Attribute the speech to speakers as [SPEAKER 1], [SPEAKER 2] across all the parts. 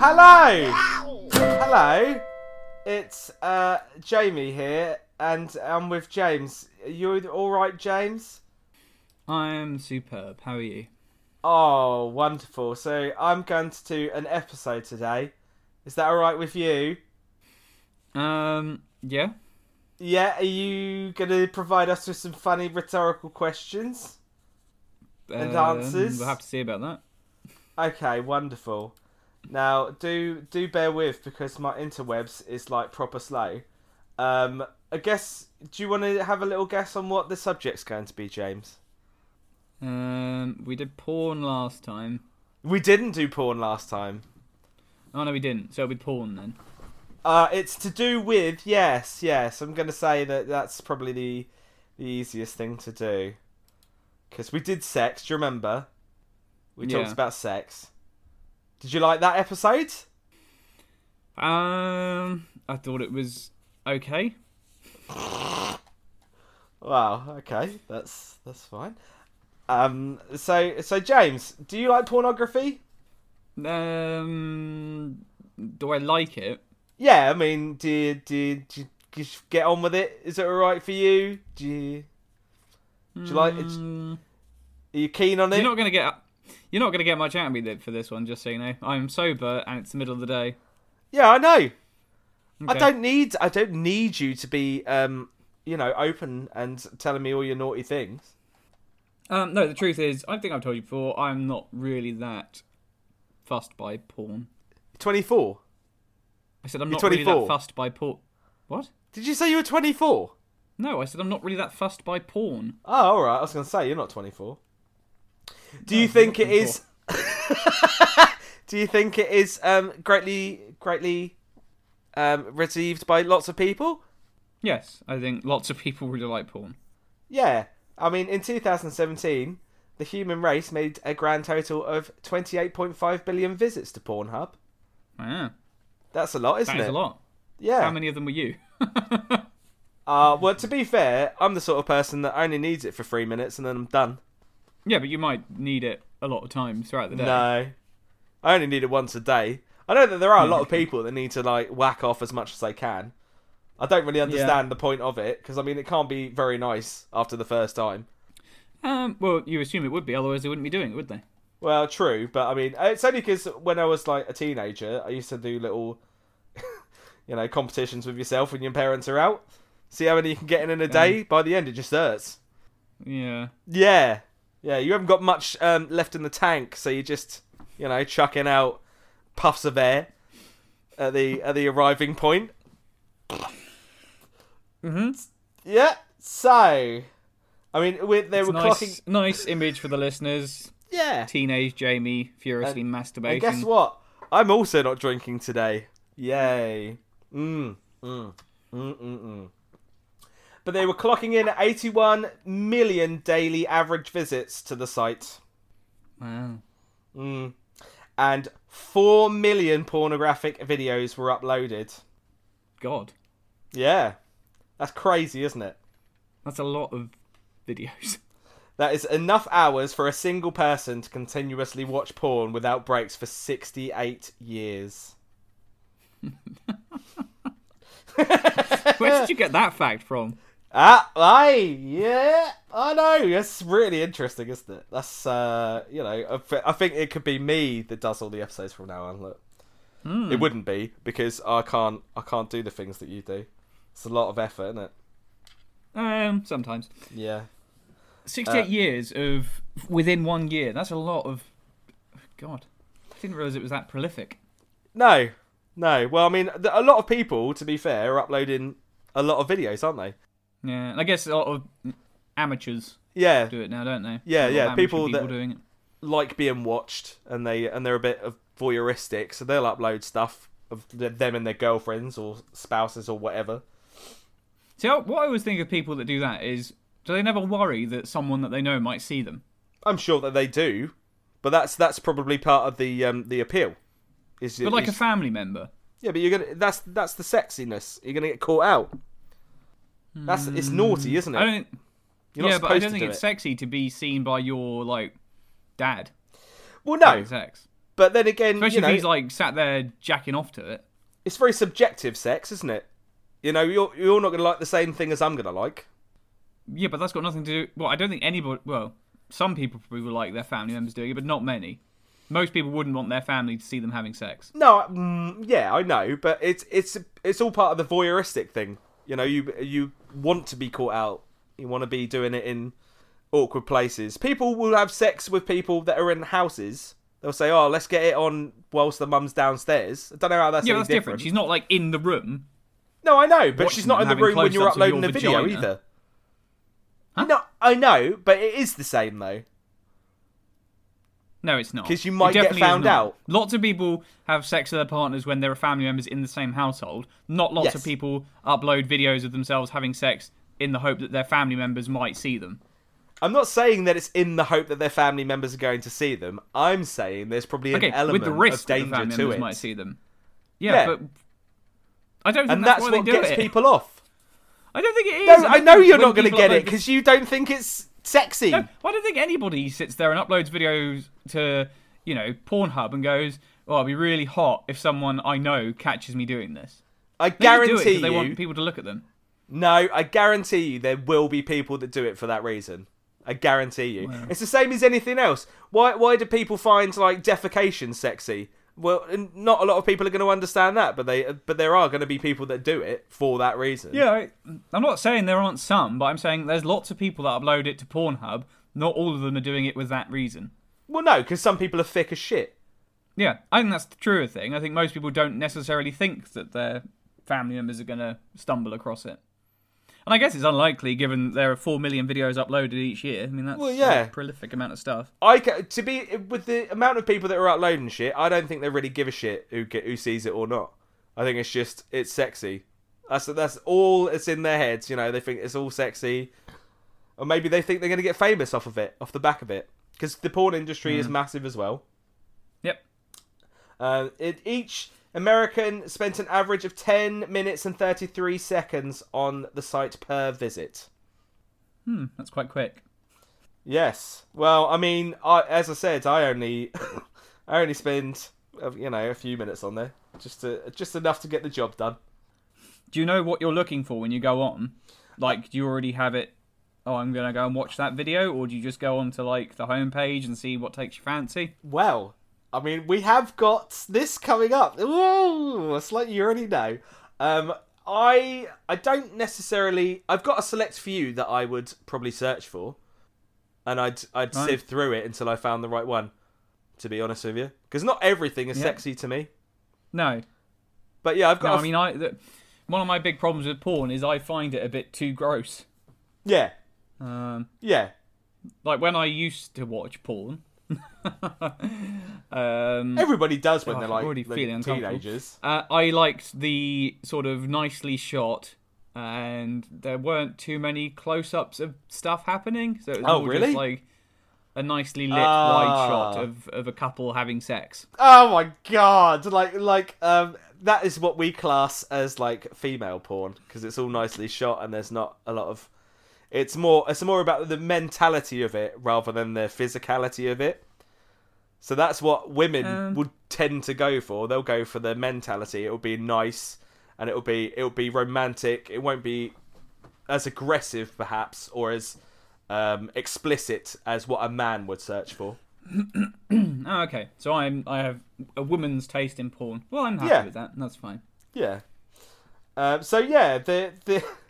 [SPEAKER 1] Hello! Hello! It's uh, Jamie here, and I'm with James. Are you alright, James?
[SPEAKER 2] I am superb. How are you?
[SPEAKER 1] Oh, wonderful. So, I'm going to do an episode today. Is that alright with you?
[SPEAKER 2] Um, yeah.
[SPEAKER 1] Yeah, are you going to provide us with some funny rhetorical questions? And
[SPEAKER 2] Um,
[SPEAKER 1] answers?
[SPEAKER 2] We'll have to see about that.
[SPEAKER 1] Okay, wonderful. Now, do do bear with because my interwebs is like proper slow. Um, I guess. Do you want to have a little guess on what the subject's going to be, James?
[SPEAKER 2] Um, we did porn last time.
[SPEAKER 1] We didn't do porn last time.
[SPEAKER 2] Oh no, we didn't. So it'll be porn then.
[SPEAKER 1] Uh, it's to do with yes, yes. I'm going to say that that's probably the the easiest thing to do because we did sex. Do you remember? We talked
[SPEAKER 2] Yeah.
[SPEAKER 1] about sex. Did you like that episode?
[SPEAKER 2] Um, I thought it was okay.
[SPEAKER 1] Wow. Okay. That's that's fine. Um. So so James, do you like pornography?
[SPEAKER 2] Um, do I like it?
[SPEAKER 1] Yeah. I mean, do you, do you, do you just get on with it? Is it all right for you? Do you do you like? it?
[SPEAKER 2] Mm,
[SPEAKER 1] Are you keen on it?
[SPEAKER 2] you're not gonna get. You're not gonna get much out of me th- for this one. Just so you know, I'm sober and it's the middle of the day.
[SPEAKER 1] yeah. I know. I
[SPEAKER 2] Okay.
[SPEAKER 1] don't need. I don't need you to be. Um. You know, open and telling me all your naughty things.
[SPEAKER 2] Um, no, the truth is, I think I've told you before. I'm not really that fussed by porn.
[SPEAKER 1] Twenty four.
[SPEAKER 2] I said I'm
[SPEAKER 1] You're
[SPEAKER 2] not really that
[SPEAKER 1] 24.
[SPEAKER 2] fussed by porn. What?
[SPEAKER 1] Did you say you were twenty four?
[SPEAKER 2] No, I said I'm not really that fussed by porn.
[SPEAKER 1] Oh, all right. I was going to say you're not 24. Do you think it
[SPEAKER 2] 24.
[SPEAKER 1] is? Do you think it is um, greatly, greatly um, received by lots of people?
[SPEAKER 2] Yes, I think lots of people really like porn.
[SPEAKER 1] Yeah. I mean, in 2017, the human race made a grand total of 28.5 billion visits to Pornhub.
[SPEAKER 2] Ah,
[SPEAKER 1] That's a lot, isn't
[SPEAKER 2] that is
[SPEAKER 1] it?
[SPEAKER 2] a lot.
[SPEAKER 1] Yeah.
[SPEAKER 2] How many of them were you?
[SPEAKER 1] uh, well, to be fair, I'm the sort of person that only needs it for three minutes and then I'm done.
[SPEAKER 2] yeah, but you might need it a lot of times throughout the day.
[SPEAKER 1] No. I only need it once a day. I know that there are a lot of people that need to like whack off as much as they can. I don't really understand the point of it because I mean it can't be very nice after the first time.
[SPEAKER 2] Um, well, you assume it would be, otherwise they wouldn't be doing it, would they?
[SPEAKER 1] Well, true, but I mean it's only because when I was like a teenager, I used to do little, you know, competitions with yourself when your parents are out. See how many you can get in in a day. By the end, it just hurts.
[SPEAKER 2] Yeah.
[SPEAKER 1] Yeah, yeah. You haven't got much um, left in the tank, so you're just, you know, chucking out puffs of air at the at the arriving point.
[SPEAKER 2] Mm-hmm.
[SPEAKER 1] Yeah. So, I mean, we they were
[SPEAKER 2] nice,
[SPEAKER 1] clocking.
[SPEAKER 2] nice image for the listeners.
[SPEAKER 1] Yeah.
[SPEAKER 2] Teenage Jamie furiously masturbating.
[SPEAKER 1] And Uh, guess what? I'm also not drinking today. Yay. Mm. Mm. Mm. Mm. Mm. But they were clocking in at 81 million daily average visits to the site.
[SPEAKER 2] Wow.
[SPEAKER 1] Mm. And 4 million pornographic videos were uploaded.
[SPEAKER 2] God,
[SPEAKER 1] Yeah. That's crazy, isn't it?
[SPEAKER 2] that's a lot of videos.
[SPEAKER 1] That is enough hours for a single person to continuously watch porn without breaks for 68 years.
[SPEAKER 2] Where did you get that fact from?
[SPEAKER 1] Ah, aye, yeah, I know. That's really interesting, isn't it? That's, uh, you know, I thi- I think it could be me that does all the episodes from now on. Look,
[SPEAKER 2] Hmm.
[SPEAKER 1] it wouldn't be because I can't, I can't do the things that you do. It's a lot of effort, isn't it?
[SPEAKER 2] Um, sometimes.
[SPEAKER 1] Yeah.
[SPEAKER 2] 68
[SPEAKER 1] Uh,
[SPEAKER 2] years of within one year. That's a lot of. God. I didn't realise it was that prolific.
[SPEAKER 1] No, no. Well, I mean, th- a lot of people, to be fair, are uploading a lot of videos, aren't they?
[SPEAKER 2] Yeah, and I guess a lot of amateurs
[SPEAKER 1] Yeah,
[SPEAKER 2] do it now, don't they?
[SPEAKER 1] Yeah,
[SPEAKER 2] A lot of
[SPEAKER 1] yeah,
[SPEAKER 2] amateur
[SPEAKER 1] people
[SPEAKER 2] people
[SPEAKER 1] that-
[SPEAKER 2] doing it.
[SPEAKER 1] like being watched, and they and they're a bit of voyeuristic, so they'll upload stuff of th- them and their girlfriends or spouses or whatever.
[SPEAKER 2] See, I- what I always think of people that do that is, do they never worry that someone that they know might see them?
[SPEAKER 1] I'm sure that they do, but that's that's probably part of the um, the appeal. Is,
[SPEAKER 2] But like
[SPEAKER 1] is-
[SPEAKER 2] a family member.
[SPEAKER 1] yeah, but you're gonna that's that's the sexiness. You're gonna get caught out. That's it's naughty, isn't
[SPEAKER 2] Hmm. I
[SPEAKER 1] it?
[SPEAKER 2] don't.
[SPEAKER 1] You're not
[SPEAKER 2] yeah, but I
[SPEAKER 1] supposed
[SPEAKER 2] don't
[SPEAKER 1] to
[SPEAKER 2] think
[SPEAKER 1] do
[SPEAKER 2] it's
[SPEAKER 1] it.
[SPEAKER 2] sexy to be seen by your like dad
[SPEAKER 1] Well, no,
[SPEAKER 2] having sex.
[SPEAKER 1] But then again,
[SPEAKER 2] Especially
[SPEAKER 1] you know,
[SPEAKER 2] if he's like sat there jacking off to it.
[SPEAKER 1] it's very subjective sex, isn't it? You know, you're you're not going to like the same thing as I'm going to like.
[SPEAKER 2] Yeah, but that's got nothing to do. Well, I don't think anybody. Well, some people probably would like their family members doing it, but not many. Most people wouldn't want their family to see them having sex.
[SPEAKER 1] No, I- mm, yeah, I know, but it's it's it's all part of the voyeuristic thing. You know, you you want to be caught out. You want to be doing it in awkward places. People will have sex with people that are in houses. They'll say, "Oh, let's get it on whilst the mum's downstairs." I don't know how that's
[SPEAKER 2] Yeah,
[SPEAKER 1] any
[SPEAKER 2] that's different.
[SPEAKER 1] different.
[SPEAKER 2] She's not like in the room.
[SPEAKER 1] No, I know, but she's
[SPEAKER 2] watching
[SPEAKER 1] not in
[SPEAKER 2] them
[SPEAKER 1] the
[SPEAKER 2] having
[SPEAKER 1] room when
[SPEAKER 2] close-ups
[SPEAKER 1] you're
[SPEAKER 2] of your
[SPEAKER 1] uploading the video
[SPEAKER 2] vagina.
[SPEAKER 1] either. No, I know, but it is the same though.
[SPEAKER 2] No, it's not.
[SPEAKER 1] 'Cause you might
[SPEAKER 2] It
[SPEAKER 1] get
[SPEAKER 2] definitely is
[SPEAKER 1] found
[SPEAKER 2] not.
[SPEAKER 1] out.
[SPEAKER 2] Lots of people have sex with their partners when there are family members in the same household. Not lots
[SPEAKER 1] Yes.
[SPEAKER 2] of people upload videos of themselves having sex in the hope that their family members might see them.
[SPEAKER 1] I'm not saying that it's in the hope that their family members are going to see them. I'm saying there's probably an
[SPEAKER 2] Okay,
[SPEAKER 1] element
[SPEAKER 2] with the risk
[SPEAKER 1] of
[SPEAKER 2] that the
[SPEAKER 1] danger
[SPEAKER 2] family
[SPEAKER 1] to
[SPEAKER 2] members
[SPEAKER 1] it.
[SPEAKER 2] might see them. Yeah,
[SPEAKER 1] Yeah.
[SPEAKER 2] but I don't think
[SPEAKER 1] and
[SPEAKER 2] that's,
[SPEAKER 1] that's,
[SPEAKER 2] why
[SPEAKER 1] what
[SPEAKER 2] they do
[SPEAKER 1] gets
[SPEAKER 2] it.
[SPEAKER 1] people off.
[SPEAKER 2] I don't think it
[SPEAKER 1] No,
[SPEAKER 2] is.
[SPEAKER 1] I know you're not going
[SPEAKER 2] going
[SPEAKER 1] to get it because you don't think it's sexy.
[SPEAKER 2] No, I don't think anybody sits there and uploads videos to, you know, Pornhub and goes, "Oh, it'd be really hot if someone I know catches me doing this."
[SPEAKER 1] I
[SPEAKER 2] They just do it 'cause
[SPEAKER 1] guarantee
[SPEAKER 2] they
[SPEAKER 1] you.
[SPEAKER 2] want people to look at them.
[SPEAKER 1] No, I guarantee you there will be people that do it for that reason. I guarantee you. It's the same as anything else. Why why do people find like defecation sexy? Well, n- not a lot of people are going to understand that, but they but there are going to be people that do it for that reason.
[SPEAKER 2] Yeah, I, I'm not saying there aren't some, but I'm saying there's lots of people that upload it to Pornhub. Not all of them are doing it with that reason.
[SPEAKER 1] Well, no, because some people are thick as shit.
[SPEAKER 2] Yeah, I think that's the truer thing. I think most people don't necessarily think that their family members are going to stumble across it. And I guess it's unlikely given there are 4 million videos uploaded each year. I mean, that's
[SPEAKER 1] Well, yeah.
[SPEAKER 2] a prolific amount of stuff.
[SPEAKER 1] I ca- to be with the amount of people that are uploading shit, I don't think they really give a shit who get, who sees it or not. I think it's just it's sexy. That's that's all that's in their heads. You know, they think it's all sexy, or maybe they think they're going to get famous off of it, off the back of it, because the porn industry is massive as well.
[SPEAKER 2] Yep.
[SPEAKER 1] Uh, it, each American spent an average of ten minutes and thirty three seconds on the site per visit.
[SPEAKER 2] Hmm, that's quite quick.
[SPEAKER 1] Yes. Well, I mean, I, as I said, I only, I only spend, uh, you know, a few minutes on there, just to, just enough to get the job done.
[SPEAKER 2] Do you know what you're looking for when you go on? Like, do you already have it? Oh, I'm going to go and watch that video, or do you just go on to like the homepage and see what takes your fancy?
[SPEAKER 1] Well, I mean, we have got this coming up. Ooh, it's like you already know. Um, I, I don't necessarily. I've got a select few that I would probably search for, and I'd, I'd
[SPEAKER 2] Right.
[SPEAKER 1] sift through it until I found the right one. To be honest with you, because not everything is
[SPEAKER 2] Yeah.
[SPEAKER 1] sexy to me.
[SPEAKER 2] No,
[SPEAKER 1] But yeah, I've got.
[SPEAKER 2] no.
[SPEAKER 1] a
[SPEAKER 2] I
[SPEAKER 1] f-
[SPEAKER 2] mean, I the, one of my big problems with porn is I find it a bit too gross.
[SPEAKER 1] yeah,
[SPEAKER 2] Um,
[SPEAKER 1] yeah.
[SPEAKER 2] like when I used to watch porn. um,
[SPEAKER 1] Everybody does when
[SPEAKER 2] Oh,
[SPEAKER 1] they're
[SPEAKER 2] I'm
[SPEAKER 1] like,
[SPEAKER 2] already
[SPEAKER 1] like
[SPEAKER 2] feeling uncomfortable.
[SPEAKER 1] teenagers.
[SPEAKER 2] uh, I liked the sort of nicely shot, and there weren't too many close-ups of stuff happening. So it was
[SPEAKER 1] Oh,
[SPEAKER 2] more
[SPEAKER 1] really?
[SPEAKER 2] just like a nicely lit
[SPEAKER 1] Ah.
[SPEAKER 2] wide shot of, of a couple having sex.
[SPEAKER 1] Oh my god! Like like um that is what we class as like female porn because it's all nicely shot and there's not a lot of. It's more it's more about the mentality of it rather than the physicality of it. So that's what women
[SPEAKER 2] Um.
[SPEAKER 1] would tend to go for. They'll go for the mentality. It'll be nice and it'll be it'll be romantic. It won't be as aggressive perhaps or as um, explicit as what a man would search for.
[SPEAKER 2] Oh, okay, so I'm I have a woman's taste in porn. Well, I'm happy
[SPEAKER 1] Yeah.
[SPEAKER 2] with that. That's fine.
[SPEAKER 1] Yeah. Um, so yeah, the the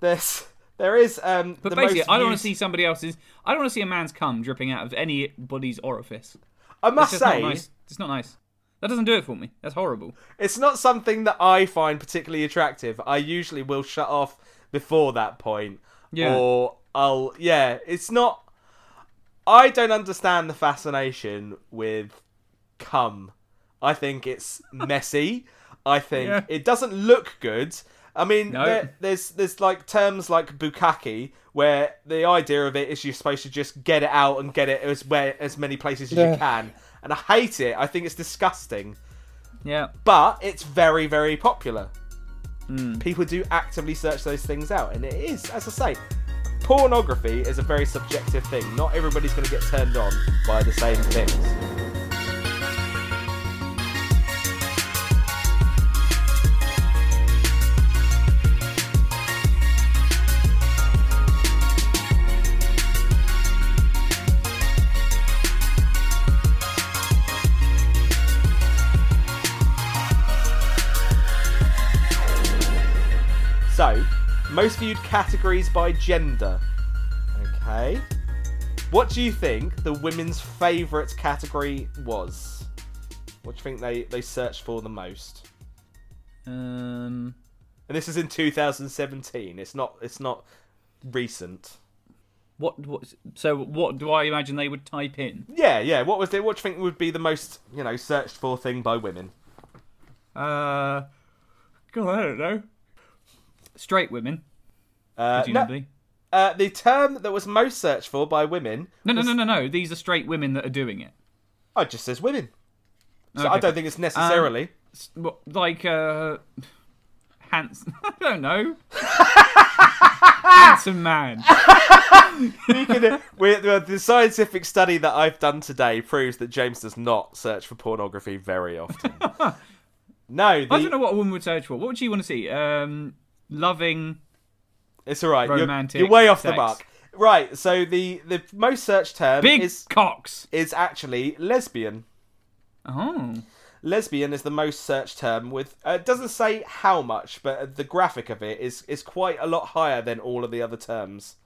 [SPEAKER 1] there's there is um
[SPEAKER 2] But
[SPEAKER 1] the
[SPEAKER 2] basically,
[SPEAKER 1] most
[SPEAKER 2] I don't want
[SPEAKER 1] used-
[SPEAKER 2] to see somebody else's. I don't want to see a man's cum dripping out of anybody's orifice.
[SPEAKER 1] I must
[SPEAKER 2] It's just
[SPEAKER 1] say
[SPEAKER 2] not nice. It's not nice. That doesn't do it for me. That's horrible.
[SPEAKER 1] it's not something that I find particularly attractive. I usually will shut off before that point.
[SPEAKER 2] Yeah.
[SPEAKER 1] Or I'll yeah, it's not I don't understand the fascination with cum. I think it's messy. I think
[SPEAKER 2] Yeah.
[SPEAKER 1] it doesn't look good. I mean,
[SPEAKER 2] No.
[SPEAKER 1] there, there's there's like terms like bukaki where the idea of it is you're supposed to just get it out and get it as where as many places as you
[SPEAKER 2] Yeah.
[SPEAKER 1] can. And I hate it. I think it's disgusting
[SPEAKER 2] Yeah.
[SPEAKER 1] but it's very very popular people do actively search those things out and it is as i say pornography is a very subjective thing not everybody's going to get turned on by the same things So, most viewed categories by gender. Okay. What do you think the women's favourite category was? What do you think they, they searched for the most?
[SPEAKER 2] Um,
[SPEAKER 1] And this is in 2017. It's not it's not recent.
[SPEAKER 2] what, what? So what do I imagine they would type in?
[SPEAKER 1] Yeah, yeah. What was it? What do you think would be the most you know searched for thing by women?
[SPEAKER 2] Uh, God, I don't know. Straight women,
[SPEAKER 1] Uh, no,
[SPEAKER 2] presumably.
[SPEAKER 1] uh, the term that was most searched for by women.
[SPEAKER 2] No, no, no, no, no. These are straight women that are doing it.
[SPEAKER 1] Oh, it just says women. So I
[SPEAKER 2] Okay.
[SPEAKER 1] don't think it's necessarily.
[SPEAKER 2] S- what- like uh handsome I don't know. handsome man.
[SPEAKER 1] Speaking of- we- the the scientific study that I've done today proves that James does not search for pornography very often. no,
[SPEAKER 2] I don't
[SPEAKER 1] the,
[SPEAKER 2] know what a woman would search for. What would you want to see? Um loving
[SPEAKER 1] it's all right. You're-
[SPEAKER 2] Romantic
[SPEAKER 1] You're, way off the
[SPEAKER 2] sex.
[SPEAKER 1] mark. Right. So the the most searched term
[SPEAKER 2] big
[SPEAKER 1] is
[SPEAKER 2] cocks.
[SPEAKER 1] is actually lesbian.
[SPEAKER 2] Oh.
[SPEAKER 1] Lesbian is the most searched term with uh, it doesn't say how much, but the graphic of it is is quite a lot higher than all of the other terms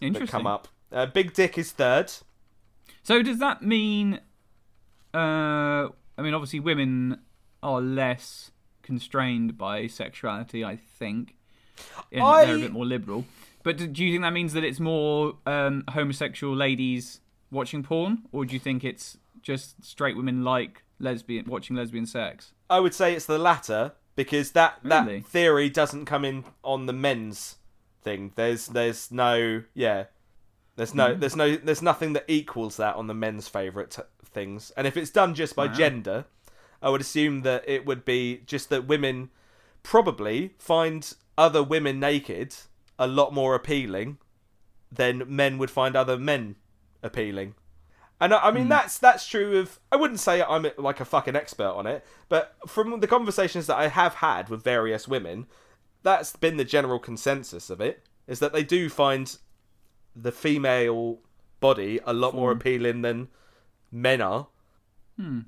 [SPEAKER 1] that
[SPEAKER 2] Interesting.
[SPEAKER 1] come up. Uh, big dick is third.
[SPEAKER 2] So does that mean uh I mean obviously women are less constrained by sexuality, I think. And that they're a
[SPEAKER 1] I-
[SPEAKER 2] bit more liberal. But do do you think that means that it's more um, homosexual ladies watching porn, or do you think it's just straight women like lesbian watching lesbian sex?
[SPEAKER 1] I would say it's the latter because that
[SPEAKER 2] Really?
[SPEAKER 1] that theory doesn't come in on the men's thing. There's there's no yeah. There's no there's no there's nothing that equals that on the men's favorite t- things. And if it's done just by gender, I would assume that it would be just that women probably find other women naked a lot more appealing than men would find other men appealing. And I, I
[SPEAKER 2] Hmm.
[SPEAKER 1] mean that's that's true of I wouldn't say I'm like a fucking expert on it, but from the conversations that I have had with various women, that's been the general consensus of it is that they do find the female body a lot
[SPEAKER 2] Hmm.
[SPEAKER 1] more appealing than men are. Hmm.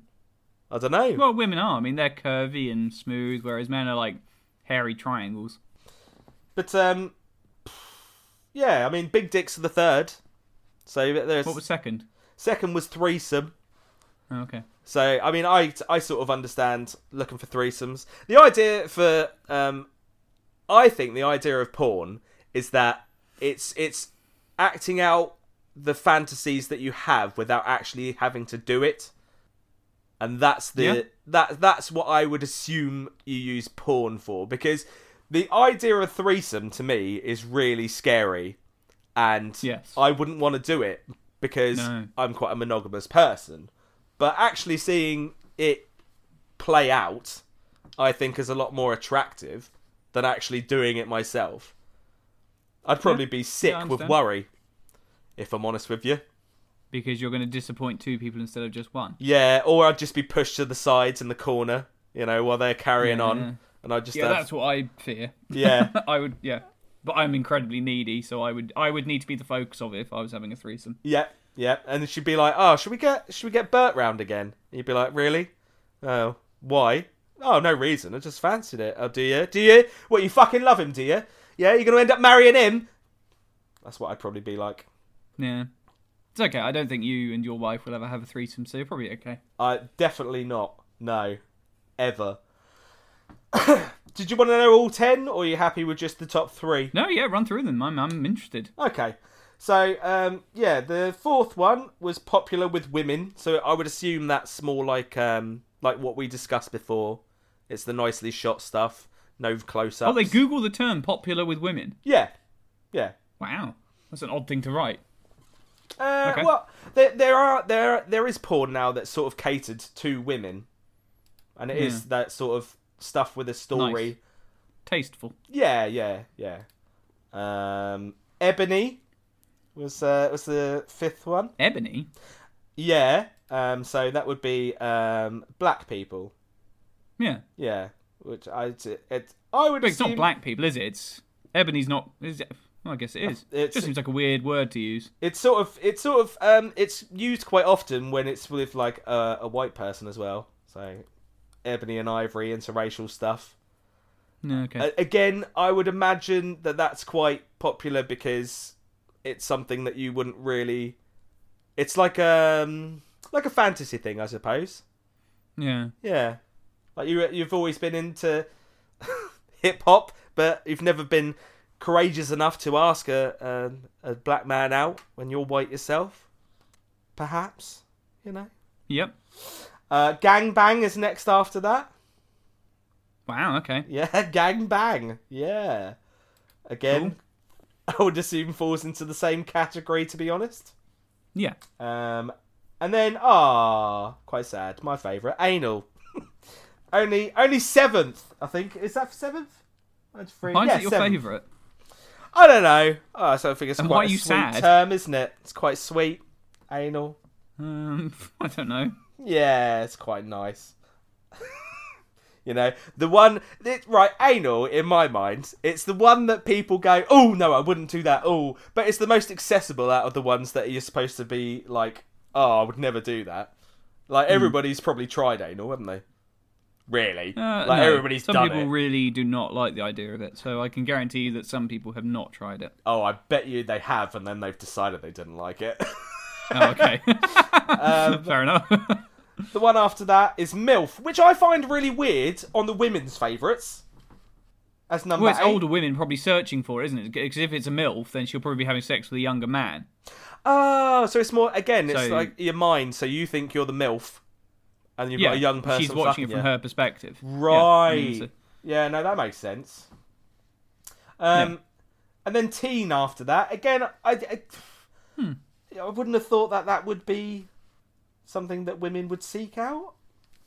[SPEAKER 1] I don't know.
[SPEAKER 2] Well, women are. I mean, they're curvy and smooth, whereas men are like hairy triangles.
[SPEAKER 1] But um, yeah, I mean, big dicks are the third. So there's
[SPEAKER 2] What was second?
[SPEAKER 1] second was threesome.
[SPEAKER 2] Oh, okay.
[SPEAKER 1] So I mean, I I sort of understand looking for threesomes. The idea for um, I think the idea of porn is that it's it's acting out the fantasies that you have without actually having to do it, and that's the
[SPEAKER 2] Yeah.
[SPEAKER 1] that that's what I would assume you use porn for because the idea of threesome to me is really scary, and
[SPEAKER 2] Yes.
[SPEAKER 1] I wouldn't want to do it because
[SPEAKER 2] No.
[SPEAKER 1] I'm quite a monogamous person. But actually seeing it play out, I think is a lot more attractive than actually doing it myself. I'd probably be sick
[SPEAKER 2] I
[SPEAKER 1] with
[SPEAKER 2] understand.
[SPEAKER 1] worry, if I'm honest with you.
[SPEAKER 2] Because you're going to disappoint two people instead of just one.
[SPEAKER 1] Yeah, or I'd just be pushed to the sides in the corner, you know, while they're carrying
[SPEAKER 2] Yeah.
[SPEAKER 1] on, and I just
[SPEAKER 2] Yeah,
[SPEAKER 1] have-
[SPEAKER 2] that's what I fear.
[SPEAKER 1] yeah.
[SPEAKER 2] I would, yeah. But I'm incredibly needy, so I would, I would need to be the focus of it if I was having a threesome.
[SPEAKER 1] Yep, yep. And she'd be like, "Oh, should we get should we get Bert round again?" And you'd be like, "Really? Oh, why? Oh, no reason. I just fancied it. Oh, do you? Do you? What you fucking love him? Do you? Yeah, you're gonna end up marrying him." That's what I'd probably be like.
[SPEAKER 2] Yeah. It's okay. I don't think you and your wife will ever have a threesome, so you're probably okay.
[SPEAKER 1] I definitely not. No, ever. Did you want to know all ten, or are you happy with just the top three?
[SPEAKER 2] No, yeah, run through them. I'm, I'm interested.
[SPEAKER 1] Okay. So, um, yeah, the fourth one was popular with women. So I would assume that's more like um, like what we discussed before. It's the nicely shot stuff, no close ups.
[SPEAKER 2] Oh, they Google the term "popular with women."
[SPEAKER 1] Yeah, yeah.
[SPEAKER 2] Wow, that's an odd thing to write.
[SPEAKER 1] Uh,
[SPEAKER 2] Okay.
[SPEAKER 1] Well, there, there are there there is porn now that's sort of catered to women, and it is that sort of stuff with a story.
[SPEAKER 2] Hmm. Nice. Tasteful.
[SPEAKER 1] Yeah, yeah, yeah. Um, Ebony was uh, was the fifth one.
[SPEAKER 2] Ebony.
[SPEAKER 1] Yeah. Um, so that would be um, black people.
[SPEAKER 2] Yeah,
[SPEAKER 1] Yeah. Which I it, it I would
[SPEAKER 2] but it's
[SPEAKER 1] assume
[SPEAKER 2] not black people, is it? It's Ebony's not. Is it? Well, I guess it is.
[SPEAKER 1] It's-
[SPEAKER 2] just seems like a weird word to use.
[SPEAKER 1] it's sort of it's sort of um it's used quite often when it's with like a, a white person as well. So ebony and ivory interracial stuff.
[SPEAKER 2] No, okay.
[SPEAKER 1] A- Again, I would imagine that that's quite popular because it's something that you wouldn't really. It's like um like a fantasy thing, I suppose.
[SPEAKER 2] yeah.
[SPEAKER 1] Yeah, like you you've always been into hip hop, but you've never been courageous enough to ask a um, a, a black man out when you're white yourself. Perhaps you know.
[SPEAKER 2] Yep.
[SPEAKER 1] Uh, gang bang is next after that.
[SPEAKER 2] Wow. Okay.
[SPEAKER 1] Yeah, gang bang. Yeah. Again, I would assume falls into the same category to be honest.
[SPEAKER 2] Yeah.
[SPEAKER 1] Um, and then ah, quite sad. My favourite, anal. only only seventh, I think. Is that seventh? That's three.
[SPEAKER 2] Why is
[SPEAKER 1] yeah,
[SPEAKER 2] it your
[SPEAKER 1] seventh.
[SPEAKER 2] favourite?
[SPEAKER 1] I don't know. Oh, so I think it's
[SPEAKER 2] And why
[SPEAKER 1] quite
[SPEAKER 2] are
[SPEAKER 1] a
[SPEAKER 2] you
[SPEAKER 1] sweet
[SPEAKER 2] sad?
[SPEAKER 1] term, isn't it? It's quite sweet. Anal.
[SPEAKER 2] Um, I don't know.
[SPEAKER 1] Yeah, it's quite nice. you know, the one it, right anal in my mind, it's the one that people go, "Oh no, I wouldn't do that." Oh, but it's the most accessible out of the ones that you're supposed to be like, "Oh, I would never do that." Like
[SPEAKER 2] Hmm.
[SPEAKER 1] everybody's probably tried anal, haven't they? Really?
[SPEAKER 2] Uh,
[SPEAKER 1] like
[SPEAKER 2] no.
[SPEAKER 1] everybody's
[SPEAKER 2] some
[SPEAKER 1] done
[SPEAKER 2] people
[SPEAKER 1] it.
[SPEAKER 2] really do not like the idea of it, so I can guarantee you that some people have not tried it.
[SPEAKER 1] oh, I bet you they have, and then they've decided they didn't like it.
[SPEAKER 2] Oh, okay.
[SPEAKER 1] Um,
[SPEAKER 2] Fair enough.
[SPEAKER 1] the one after that is milf, which I find really weird on the women's favourites. As number
[SPEAKER 2] well, it's
[SPEAKER 1] eight.
[SPEAKER 2] older women probably searching for it, isn't it? Because if it's a MILF, then she'll probably be having sex with a younger man.
[SPEAKER 1] Oh, so it's more again. It's
[SPEAKER 2] So-
[SPEAKER 1] like your mind. So you think you're the milf, and you've got a young person.
[SPEAKER 2] she's watching it
[SPEAKER 1] fucking
[SPEAKER 2] from
[SPEAKER 1] you.
[SPEAKER 2] her perspective. Yeah, I mean,
[SPEAKER 1] Right.
[SPEAKER 2] it's a-
[SPEAKER 1] Yeah, no, that makes sense. Um,
[SPEAKER 2] Yeah.
[SPEAKER 1] and then teen after that. Again, I, I,
[SPEAKER 2] Hmm.
[SPEAKER 1] I wouldn't have thought that that would be something that women would seek out.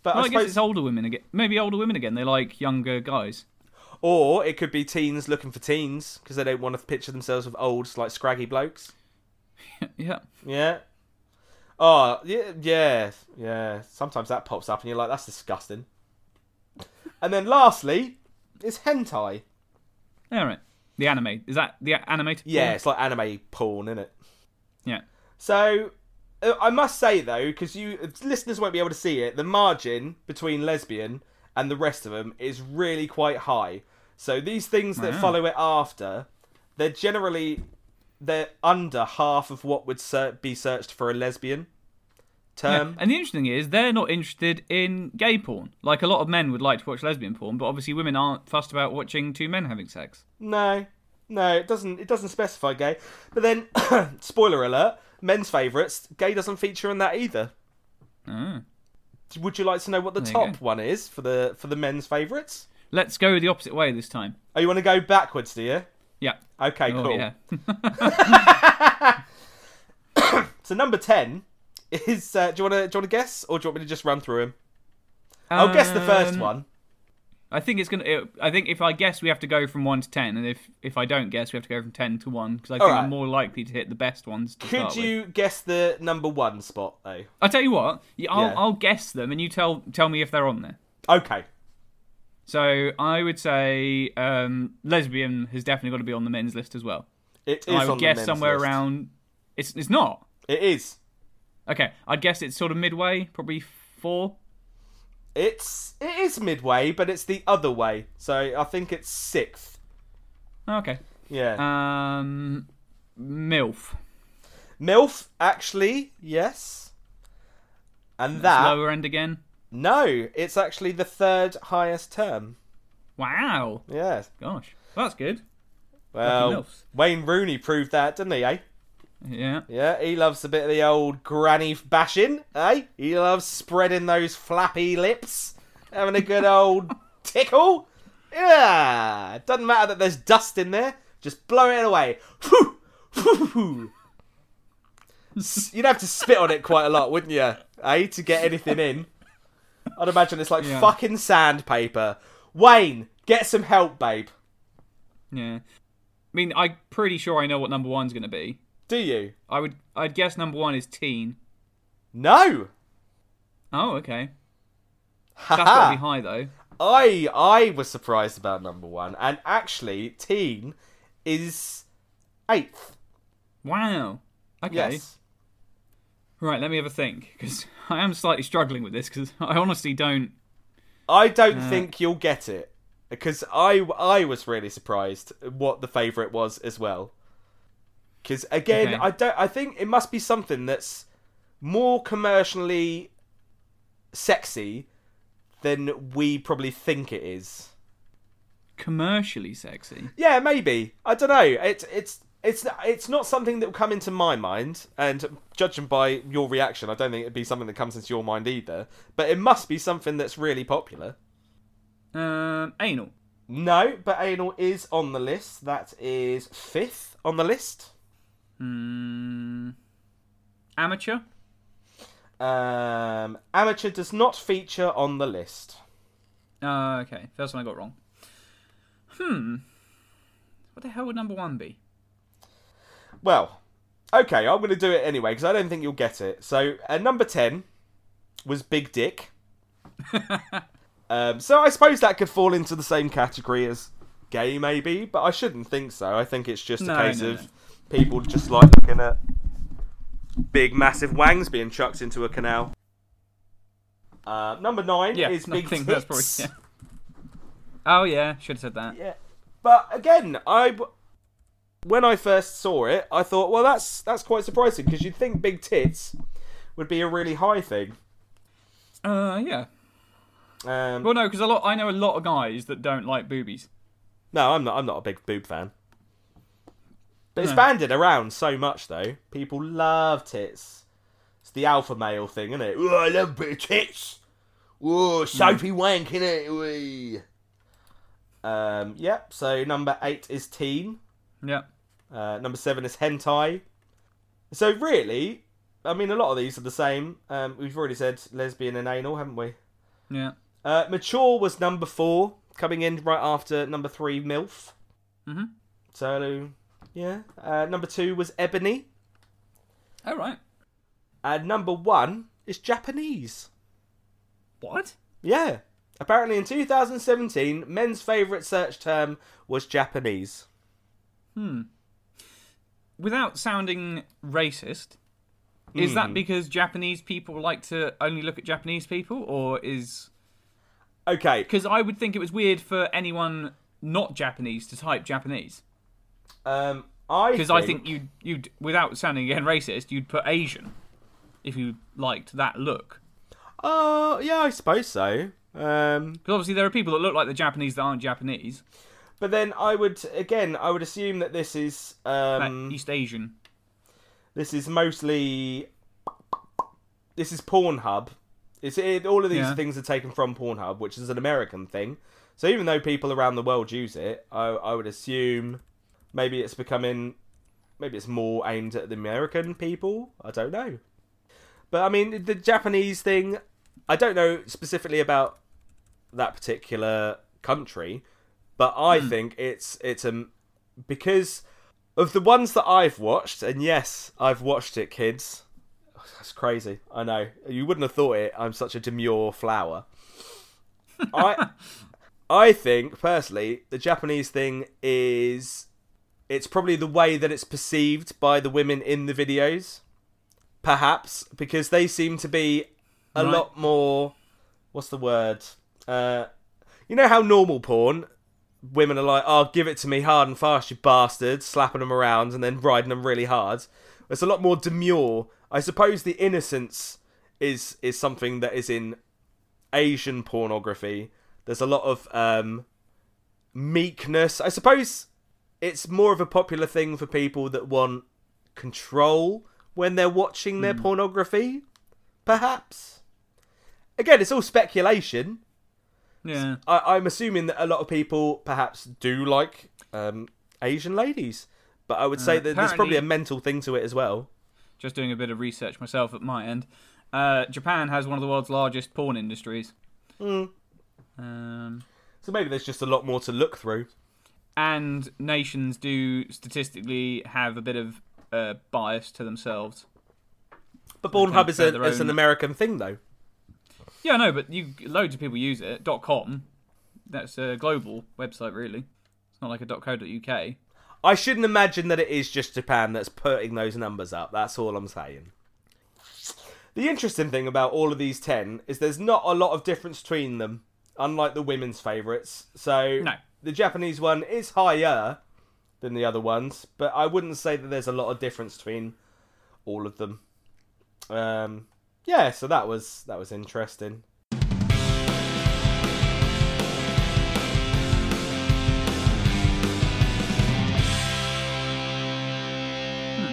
[SPEAKER 1] But
[SPEAKER 2] Well,
[SPEAKER 1] I
[SPEAKER 2] I guess it's
[SPEAKER 1] suppose,
[SPEAKER 2] older women again. Maybe older women again. They like younger guys.
[SPEAKER 1] or it could be teens looking for teens because they don't want to picture themselves with old, like scraggy blokes.
[SPEAKER 2] yeah.
[SPEAKER 1] Yeah. Oh, yeah, yeah, yeah. Sometimes that pops up and you're like, that's disgusting. And then lastly, it's hentai.
[SPEAKER 2] All right. The anime is that the animated?
[SPEAKER 1] Yeah,
[SPEAKER 2] form?
[SPEAKER 1] it's like anime porn, isn't it?
[SPEAKER 2] Yeah.
[SPEAKER 1] So, uh, I must say though, because you uh, listeners won't be able to see it, the margin between lesbian and the rest of them is really quite high. So these things that
[SPEAKER 2] Wow.
[SPEAKER 1] follow it after, they're generally they're under half of what would ser- be searched for a lesbian
[SPEAKER 2] Yeah.
[SPEAKER 1] term.
[SPEAKER 2] Um, And the interesting thing is they're not interested in gay porn. Like a lot of men would like to watch lesbian porn, but obviously women aren't fussed about watching two men having sex.
[SPEAKER 1] No, no, it doesn't. It doesn't specify gay. But then, spoiler alert: men's favourites, gay doesn't feature in that either.
[SPEAKER 2] Ah.
[SPEAKER 1] Would you like to know what the
[SPEAKER 2] There you
[SPEAKER 1] top
[SPEAKER 2] go.
[SPEAKER 1] one is for the for the men's favourites?
[SPEAKER 2] Let's go the opposite way this time.
[SPEAKER 1] Oh, you want to go backwards, do you?
[SPEAKER 2] Yeah.
[SPEAKER 1] Okay,
[SPEAKER 2] Oh,
[SPEAKER 1] cool.
[SPEAKER 2] yeah.
[SPEAKER 1] So number ten is. Uh, do you want to do you want to guess, or do you want me to just run through him? I'll guess the first
[SPEAKER 2] Um,
[SPEAKER 1] one.
[SPEAKER 2] I think it's gonna. It, I think if I guess, we have to go from one to ten, and if if I don't guess, we have to go from ten to one because I think
[SPEAKER 1] right.
[SPEAKER 2] I'm more likely to hit the best ones. To
[SPEAKER 1] Could
[SPEAKER 2] start with.
[SPEAKER 1] you guess the number one spot though?
[SPEAKER 2] I tell you what. y- I'll
[SPEAKER 1] Yeah.
[SPEAKER 2] I'll guess them, and you tell tell me if they're on there.
[SPEAKER 1] Okay.
[SPEAKER 2] So I would say um, lesbian has definitely got to be on the men's list as well.
[SPEAKER 1] It is
[SPEAKER 2] I
[SPEAKER 1] on
[SPEAKER 2] would
[SPEAKER 1] the
[SPEAKER 2] guess
[SPEAKER 1] men's
[SPEAKER 2] somewhere
[SPEAKER 1] list.
[SPEAKER 2] around. It's it's not.
[SPEAKER 1] It is.
[SPEAKER 2] Okay, I'd guess it's sort of midway, probably four.
[SPEAKER 1] It's it is midway, but it's the other way. So I think it's sixth.
[SPEAKER 2] Oh, Okay.
[SPEAKER 1] Yeah.
[SPEAKER 2] Um, milf.
[SPEAKER 1] MILF, actually, yes. And that.
[SPEAKER 2] Lower end again.
[SPEAKER 1] No, it's actually the third highest term.
[SPEAKER 2] Wow.
[SPEAKER 1] Yes.
[SPEAKER 2] Gosh, that's good.
[SPEAKER 1] Well,
[SPEAKER 2] MILFs.
[SPEAKER 1] Wayne Rooney proved that, didn't he, eh?
[SPEAKER 2] Yeah.
[SPEAKER 1] Yeah, he loves a bit of the old granny bashing, eh? He loves spreading those flappy lips, having a good old tickle. Yeah. Doesn't matter that there's dust in there, just blow it away. Phew! Phew! S- You'd have to spit on it quite a lot, wouldn't you? Eh, to get anything in. I'd imagine it's like
[SPEAKER 2] Yeah.
[SPEAKER 1] fucking sandpaper. Wayne, get some help, babe.
[SPEAKER 2] Yeah. I mean, I'm pretty sure I know what number one's going to be.
[SPEAKER 1] Do you?
[SPEAKER 2] I would, I'd guess number one is teen.
[SPEAKER 1] No.
[SPEAKER 2] Oh, okay.
[SPEAKER 1] Ha
[SPEAKER 2] That's got to
[SPEAKER 1] ha.
[SPEAKER 2] be high though.
[SPEAKER 1] I I was surprised about number one, and actually, teen is eighth.
[SPEAKER 2] Wow. Okay.
[SPEAKER 1] Yes.
[SPEAKER 2] Right. Let me have a think because I am slightly struggling with this because I honestly don't.
[SPEAKER 1] I don't think you'll get it. because I I was really surprised what the favorite was as well. Because again,
[SPEAKER 2] Okay.
[SPEAKER 1] I don't. I think it must be something that's more commercially sexy than we probably think it is.
[SPEAKER 2] Commercially sexy.
[SPEAKER 1] Yeah, maybe. I don't know. It's it's it's it's not something that will come into my mind, and judging by your reaction, I don't think it'd be something that comes into your mind either. But it must be something that's really popular.
[SPEAKER 2] Um, anal.
[SPEAKER 1] No, but anal is on the list. That is fifth on the list.
[SPEAKER 2] Hmm. amateur.
[SPEAKER 1] Um, amateur does not feature on the list.
[SPEAKER 2] Uh, okay, first one I got wrong. Hmm. What the hell would number one be?
[SPEAKER 1] Well, okay, I'm going to do it anyway because I don't think you'll get it. So, uh, number 10 was Big Dick. um, so, I suppose that could fall into the same category as gay, maybe, but I shouldn't think so. I think it's just
[SPEAKER 2] No,
[SPEAKER 1] a case
[SPEAKER 2] no,
[SPEAKER 1] of people just like looking at big, massive wangs being chucked into a canal. Uh, number nine
[SPEAKER 2] Yeah,
[SPEAKER 1] is
[SPEAKER 2] I
[SPEAKER 1] Big
[SPEAKER 2] think
[SPEAKER 1] Dick.
[SPEAKER 2] that's probably. Yeah. Oh yeah, should have said that.
[SPEAKER 1] Yeah, but again, I when I first saw it, I thought, well, that's that's quite surprising because you'd think big tits would be a really high thing.
[SPEAKER 2] Uh, yeah.
[SPEAKER 1] Um,
[SPEAKER 2] Well, no, because a lot I know a lot of guys that don't like boobies.
[SPEAKER 1] no, I'm not. I'm not a big boob fan. But it's banded around so much though. People love tits. It's the alpha male thing, isn't it? Ooh, I love a bit of tits. Ooh, soapy wank, innit? Wee. Um, yep. So number eight is teen.
[SPEAKER 2] Yeah.
[SPEAKER 1] Uh, number seven is hentai. So really, I mean, a lot of these are the same. Um, we've already said lesbian and anal, haven't we?
[SPEAKER 2] Yeah.
[SPEAKER 1] Uh, mature was number four, coming in right after number three, milf.
[SPEAKER 2] Mhm.
[SPEAKER 1] So yeah, uh, number two was ebony,
[SPEAKER 2] All right.
[SPEAKER 1] and number one is Japanese.
[SPEAKER 2] What?
[SPEAKER 1] Yeah. Apparently, in 2017, men's favourite search term was Japanese.
[SPEAKER 2] Without sounding racist, is that because Japanese people like to only look at Japanese people, or is
[SPEAKER 1] Okay,
[SPEAKER 2] because I would think it was weird for anyone not Japanese to type Japanese
[SPEAKER 1] um, I
[SPEAKER 2] because I think you you would without sounding again racist you'd put Asian if you liked that look
[SPEAKER 1] Oh, yeah, I suppose so. Um,
[SPEAKER 2] because obviously there are people that look like the Japanese that aren't Japanese
[SPEAKER 1] But then I would again I would assume that this is
[SPEAKER 2] like
[SPEAKER 1] um,
[SPEAKER 2] Uh, East Asian.
[SPEAKER 1] this is mostly this is Pornhub. It's it, all of these
[SPEAKER 2] Yeah.
[SPEAKER 1] things are taken from Pornhub, which is an American thing. So even though people around the world use it, I, I would assume maybe it's becoming maybe it's more aimed at the American people. I don't know. But I mean the Japanese thing, I don't know specifically about that particular country, but I think it's it's um because of the ones that I've watched, and yes, I've watched it, kids. That's crazy. I know. You wouldn't have thought it. I'm such a demure flower. I I think personally the Japanese thing is it's probably the way that it's perceived by the women in the videos perhaps because they seem to be a
[SPEAKER 2] Right.
[SPEAKER 1] lot more what's the word uh you know how normal porn women are like, "Oh, give it to me hard and fast, you bastard," slapping them around and then riding them really hard. It's a lot more demure. I suppose the innocence is is something that is in Asian pornography. There's a lot of um, meekness. I suppose it's more of a popular thing for people that want control when they're watching their pornography, perhaps. Again, it's all speculation.
[SPEAKER 2] Yeah.
[SPEAKER 1] I, I'm assuming that a lot of people perhaps do like um, Asian ladies, but I would say that there's probably
[SPEAKER 2] Uh, apparently-
[SPEAKER 1] a mental thing to it as well.
[SPEAKER 2] just doing a bit of research myself at my end. Uh, Japan has one of the world's largest porn industries. Um,
[SPEAKER 1] So maybe there's just a lot more to look through.
[SPEAKER 2] and nations do statistically have a bit of uh, bias to themselves.
[SPEAKER 1] But
[SPEAKER 2] can
[SPEAKER 1] Pornhub is,
[SPEAKER 2] create
[SPEAKER 1] a,
[SPEAKER 2] their
[SPEAKER 1] is an
[SPEAKER 2] own-
[SPEAKER 1] American thing, though.
[SPEAKER 2] Yeah, no, but you loads of people use it. .com, that's a global website really. It's not like a .co.uk.
[SPEAKER 1] I shouldn't imagine that it is just Japan that's putting those numbers up. That's all I'm saying. The interesting thing about all of these 10 is there's not a lot of difference between them. unlike the women's favourites. So
[SPEAKER 2] No.
[SPEAKER 1] the Japanese one is higher than the other ones, but I wouldn't say that there's a lot of difference between all of them. Um, yeah, so that was that was interesting.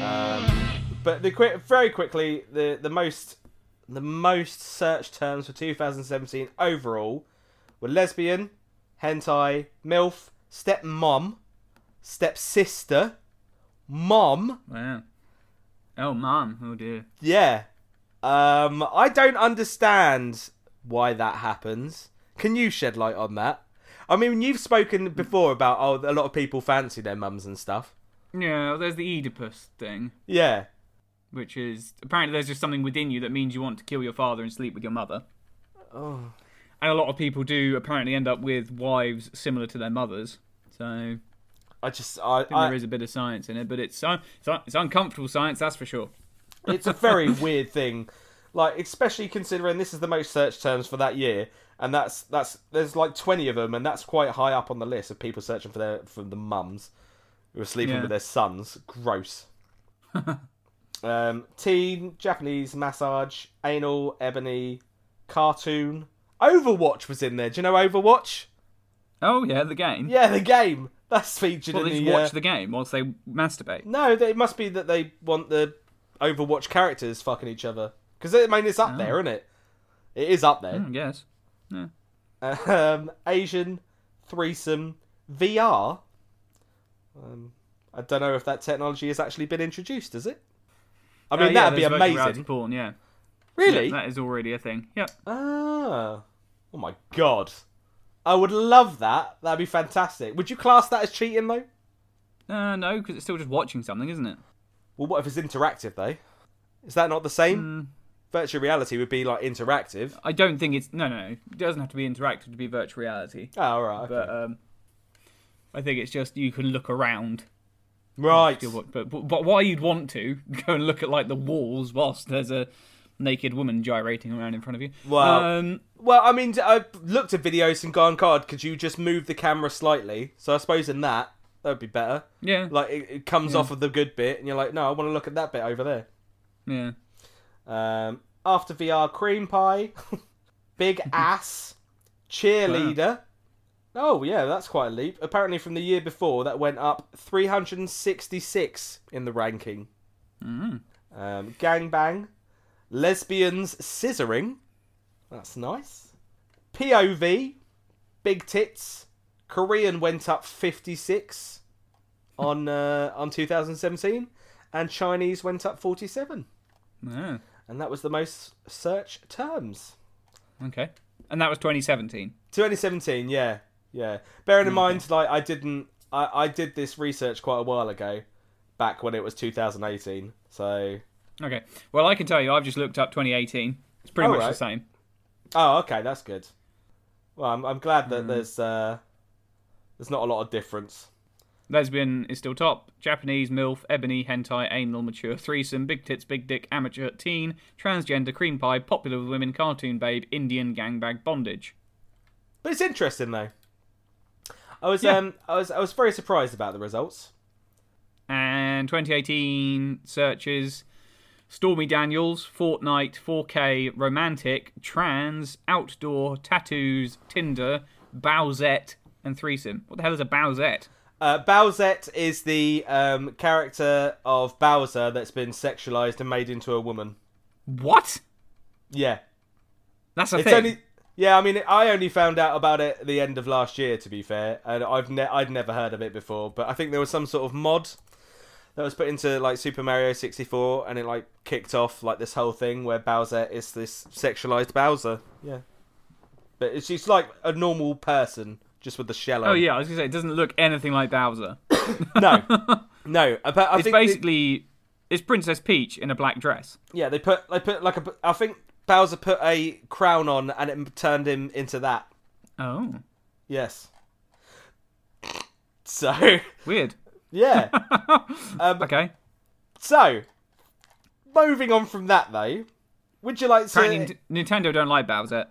[SPEAKER 1] Um, but the quick, very quickly, the the most the most searched terms for 2017 overall were lesbian, hentai, milf, stepmom, stepsister, mom.
[SPEAKER 2] Wow. Oh, mom. Oh, dear.
[SPEAKER 1] Yeah. Um, I don't understand why that happens. Can you shed light on that? I mean, you've spoken before about oh, a lot of people fancy their mums and stuff.
[SPEAKER 2] Yeah, well, there's the Oedipus thing,
[SPEAKER 1] Yeah.
[SPEAKER 2] which is apparently there's just something within you that means you want to kill your father and sleep with your mother.
[SPEAKER 1] Oh.
[SPEAKER 2] And a lot of people do apparently end up with wives similar to their mothers. So
[SPEAKER 1] I just I,
[SPEAKER 2] think
[SPEAKER 1] I
[SPEAKER 2] there is a bit of science in it, but it's un- it's, un- it's uncomfortable science, that's for sure.
[SPEAKER 1] it's a very weird thing like especially considering this is the most search terms for that year and that's that's there's like 20 of them and that's quite high up on the list of people searching for their for the mums who are sleeping
[SPEAKER 2] Yeah.
[SPEAKER 1] with their sons gross um teen japanese massage anal ebony cartoon overwatch was in there do you know overwatch
[SPEAKER 2] Oh yeah, the game.
[SPEAKER 1] yeah the game that's featured
[SPEAKER 2] Well,
[SPEAKER 1] in
[SPEAKER 2] they
[SPEAKER 1] the,
[SPEAKER 2] just watch
[SPEAKER 1] uh,
[SPEAKER 2] the game whilst they masturbate.
[SPEAKER 1] No, they- it must be that they want the Overwatch characters fucking each other. Because, I mean, it's up there,
[SPEAKER 2] Oh.
[SPEAKER 1] isn't it? It is up there.
[SPEAKER 2] Mm, yes. Hmm.
[SPEAKER 1] Um, Asian, threesome, VR. Um, I don't know if that technology has actually been introduced, has it? I mean,
[SPEAKER 2] Uh, yeah,
[SPEAKER 1] that'd be
[SPEAKER 2] there's virtual reality
[SPEAKER 1] amazing.
[SPEAKER 2] Porn, yeah.
[SPEAKER 1] Really?
[SPEAKER 2] Yeah, that is already a thing. Yep.
[SPEAKER 1] Ah. Oh my god. I would love that. That'd be fantastic. Would you class that as cheating, though?
[SPEAKER 2] Uh, no, because it's still just watching something, isn't it?
[SPEAKER 1] Well, what if it's interactive, though? Is that not the same?
[SPEAKER 2] Hmm.
[SPEAKER 1] Virtual reality would be like interactive.
[SPEAKER 2] I don't think it's no, no. no. It doesn't have to be interactive to be virtual reality,
[SPEAKER 1] Oh, all right. Okay.
[SPEAKER 2] but um, I think it's just you can look around.
[SPEAKER 1] Right.
[SPEAKER 2] You'll watch- But, but but why you'd want to go and look at like the walls whilst there's a naked woman gyrating around in front of you.
[SPEAKER 1] Well-
[SPEAKER 2] um,
[SPEAKER 1] Well, I mean, I've looked at videos and gone, God, could you just move the camera slightly? So I suppose in that, that would be better.
[SPEAKER 2] yeah,
[SPEAKER 1] Like, it, it comes off of the good bit, and you're like, no, I want to look at that bit over there.
[SPEAKER 2] yeah.
[SPEAKER 1] Um, after VR, cream pie, big ass, cheerleader. Oh, yeah, that's quite a leap. Apparently, from the year before, that went up 366 in the ranking.
[SPEAKER 2] Mm.
[SPEAKER 1] Um, gangbang, lesbians scissoring. That's nice. POV, big tits. Korean went up 56 on uh, on 2017, and Chinese went up 47,
[SPEAKER 2] yeah.
[SPEAKER 1] and that was the most search terms.
[SPEAKER 2] Okay. And that was 2017.
[SPEAKER 1] 2017, yeah, yeah. Bearing in mind, like I didn't, I, I did this research quite a while ago, back when it was 2018. So,
[SPEAKER 2] Okay. Well, I can tell you, I've just looked up 2018. It's pretty
[SPEAKER 1] All
[SPEAKER 2] much
[SPEAKER 1] right.
[SPEAKER 2] the same.
[SPEAKER 1] Oh, okay, that's good. Well, I'm, I'm glad that there's uh, there's not a lot of difference.
[SPEAKER 2] Lesbian is still top. Japanese, MILF, ebony, hentai, anal, mature, threesome, big tits, big dick, amateur, teen, transgender, cream pie, popular with women, cartoon babe, Indian, gangbag, bondage.
[SPEAKER 1] But it's interesting though. I was
[SPEAKER 2] Yeah.
[SPEAKER 1] um I was I was very surprised about the results.
[SPEAKER 2] And 2018 searches Stormy Daniels, Fortnite, 4K, romantic, trans, outdoor, tattoos, Tinder, Bowsette, and threesome. What the hell is a Bowsette?
[SPEAKER 1] Uh, Bowsette is the um, character of Bowser that's been sexualized and made into a woman.
[SPEAKER 2] What?
[SPEAKER 1] Yeah,
[SPEAKER 2] That's a
[SPEAKER 1] it's
[SPEAKER 2] thing.
[SPEAKER 1] only yeah. I mean, I only found out about it at the end of last year, to be fair, and I've ne- I'd never heard of it before. But I think there was some sort of mod that was put into like Super Mario 64, and it like kicked off like this whole thing where Bowser is this sexualized Bowser. Yeah, but it's just like a normal person. Just with the shell on.
[SPEAKER 2] Oh yeah, I was gonna say it doesn't look anything like Bowser.
[SPEAKER 1] No, no. I, I think
[SPEAKER 2] It's
[SPEAKER 1] they-
[SPEAKER 2] basically it's Princess Peach in a black dress.
[SPEAKER 1] yeah, they put they put like a. I think Bowser put a crown on, and it turned him into that.
[SPEAKER 2] Oh,
[SPEAKER 1] Yes. So
[SPEAKER 2] weird.
[SPEAKER 1] Yeah.
[SPEAKER 2] Okay,
[SPEAKER 1] so, moving on from that though, would you like to?
[SPEAKER 2] apparently N- Nintendo don't like Bowser.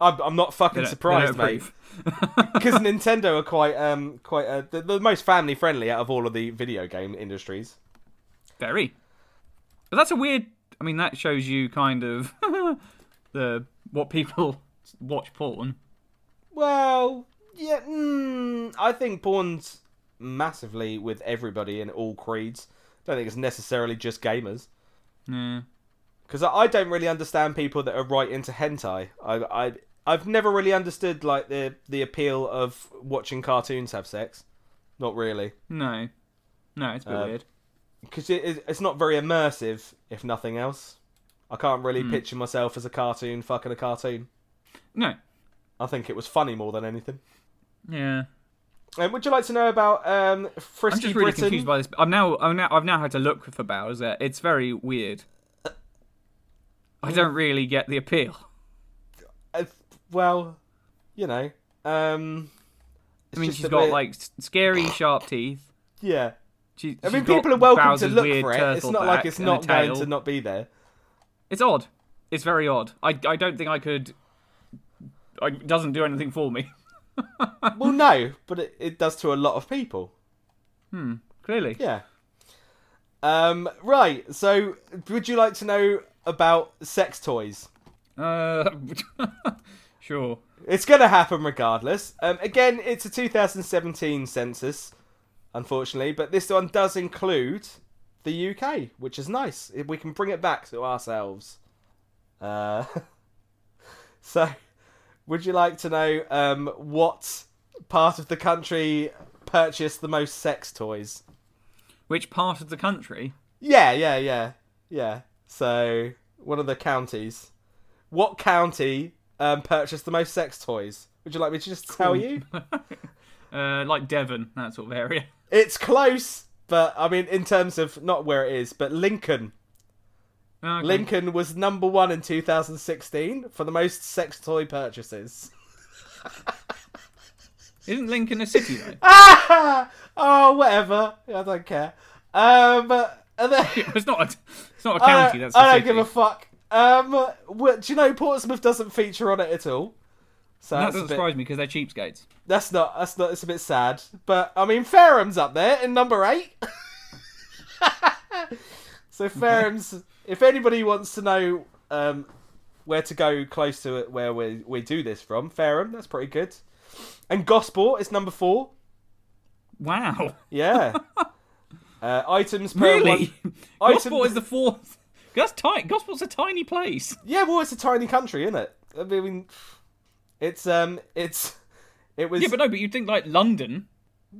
[SPEAKER 1] I'm, I'm not fucking
[SPEAKER 2] They don't- they
[SPEAKER 1] surprised,
[SPEAKER 2] don't
[SPEAKER 1] mate.
[SPEAKER 2] approve.
[SPEAKER 1] Because Nintendo are quite um quite uh, the, the most family friendly out of all of the video game industries.
[SPEAKER 2] Very. But that's a weird. I mean, that shows you kind of the what people watch porn.
[SPEAKER 1] Well, yeah, mm, I think porn's massively with everybody in all creeds. Don't think it's necessarily just gamers.
[SPEAKER 2] Yeah.
[SPEAKER 1] because I, I don't really understand people that are right into hentai. I, I I've never really understood like the the appeal of watching cartoons have sex. Not really,
[SPEAKER 2] No. No, it's a bit
[SPEAKER 1] Uh,
[SPEAKER 2] weird.
[SPEAKER 1] because it, it- it's not very immersive. If nothing else, I can't really
[SPEAKER 2] Hmm.
[SPEAKER 1] picture myself as a cartoon fucking a cartoon.
[SPEAKER 2] No.
[SPEAKER 1] I think it was funny more than anything.
[SPEAKER 2] Yeah.
[SPEAKER 1] And would you like to know about um, Frisky
[SPEAKER 2] I'm just really
[SPEAKER 1] Britain?
[SPEAKER 2] confused by this. I'm now, I'm now, I've now had to look for Bowser. It's very weird. I don't really get the appeal.
[SPEAKER 1] Uh, well, you know, um, it's
[SPEAKER 2] I mean,
[SPEAKER 1] just
[SPEAKER 2] she's
[SPEAKER 1] a
[SPEAKER 2] got
[SPEAKER 1] bit-
[SPEAKER 2] like s- scary sharp teeth.
[SPEAKER 1] yeah.
[SPEAKER 2] She,
[SPEAKER 1] I
[SPEAKER 2] she's
[SPEAKER 1] mean,
[SPEAKER 2] got
[SPEAKER 1] people are welcome
[SPEAKER 2] Bowser's
[SPEAKER 1] to look
[SPEAKER 2] weird
[SPEAKER 1] for it. It's
[SPEAKER 2] turtle
[SPEAKER 1] not like
[SPEAKER 2] back
[SPEAKER 1] it's
[SPEAKER 2] and a
[SPEAKER 1] not going
[SPEAKER 2] tail.
[SPEAKER 1] to not be there.
[SPEAKER 2] It's odd. It's very odd. I, I don't think I could. I, it doesn't do anything for me.
[SPEAKER 1] Well, no, but it, it does to a lot of people.
[SPEAKER 2] Clearly.
[SPEAKER 1] Yeah. Um, right, so would you like to know about sex toys?
[SPEAKER 2] Uh, sure.
[SPEAKER 1] It's going to happen regardless. Um, again, it's a 2017 census, unfortunately, but this one does include the UK, which is nice. We can bring it back to ourselves. Uh, so, would you like to know um, what part of the country purchased the most sex toys?
[SPEAKER 2] Which part of the country?
[SPEAKER 1] Yeah, yeah, yeah, yeah. So one of the counties. What county um, purchased the most sex toys? Would you like me to just tell you?
[SPEAKER 2] Uh, like Devon, that sort of area.
[SPEAKER 1] It's close, but I mean, in terms of not where it is, but Lincoln.
[SPEAKER 2] Okay.
[SPEAKER 1] Lincoln was number one in 2016 for the most sex toy purchases.
[SPEAKER 2] Isn't Lincoln a city though?
[SPEAKER 1] Ah! Oh, whatever. I don't care. Um, and then-
[SPEAKER 2] it's not. A, it's not a
[SPEAKER 1] I
[SPEAKER 2] county.
[SPEAKER 1] don't-
[SPEAKER 2] that's a
[SPEAKER 1] I don't
[SPEAKER 2] city.
[SPEAKER 1] give a fuck. Um, wh- do you know Portsmouth doesn't feature on it at all? So
[SPEAKER 2] that
[SPEAKER 1] that's a
[SPEAKER 2] doesn't
[SPEAKER 1] bit-
[SPEAKER 2] surprise me because they're cheapskates.
[SPEAKER 1] That's not. That's not. It's a bit sad. But I mean, Fairham's up there in number eight. so Fairham's. if anybody wants to know um, where to go close to it, where we we do this from, Fairham. That's pretty good. And Gosport is number four.
[SPEAKER 2] Wow.
[SPEAKER 1] Yeah. uh, items per
[SPEAKER 2] Really?
[SPEAKER 1] one-
[SPEAKER 2] Gosport
[SPEAKER 1] Item-
[SPEAKER 2] is the fourth. That's tight. Gosport's a tiny place.
[SPEAKER 1] Yeah, well, it's a tiny country, isn't it? I mean, it's um, it's it was
[SPEAKER 2] Yeah, but no. But you'd think like London.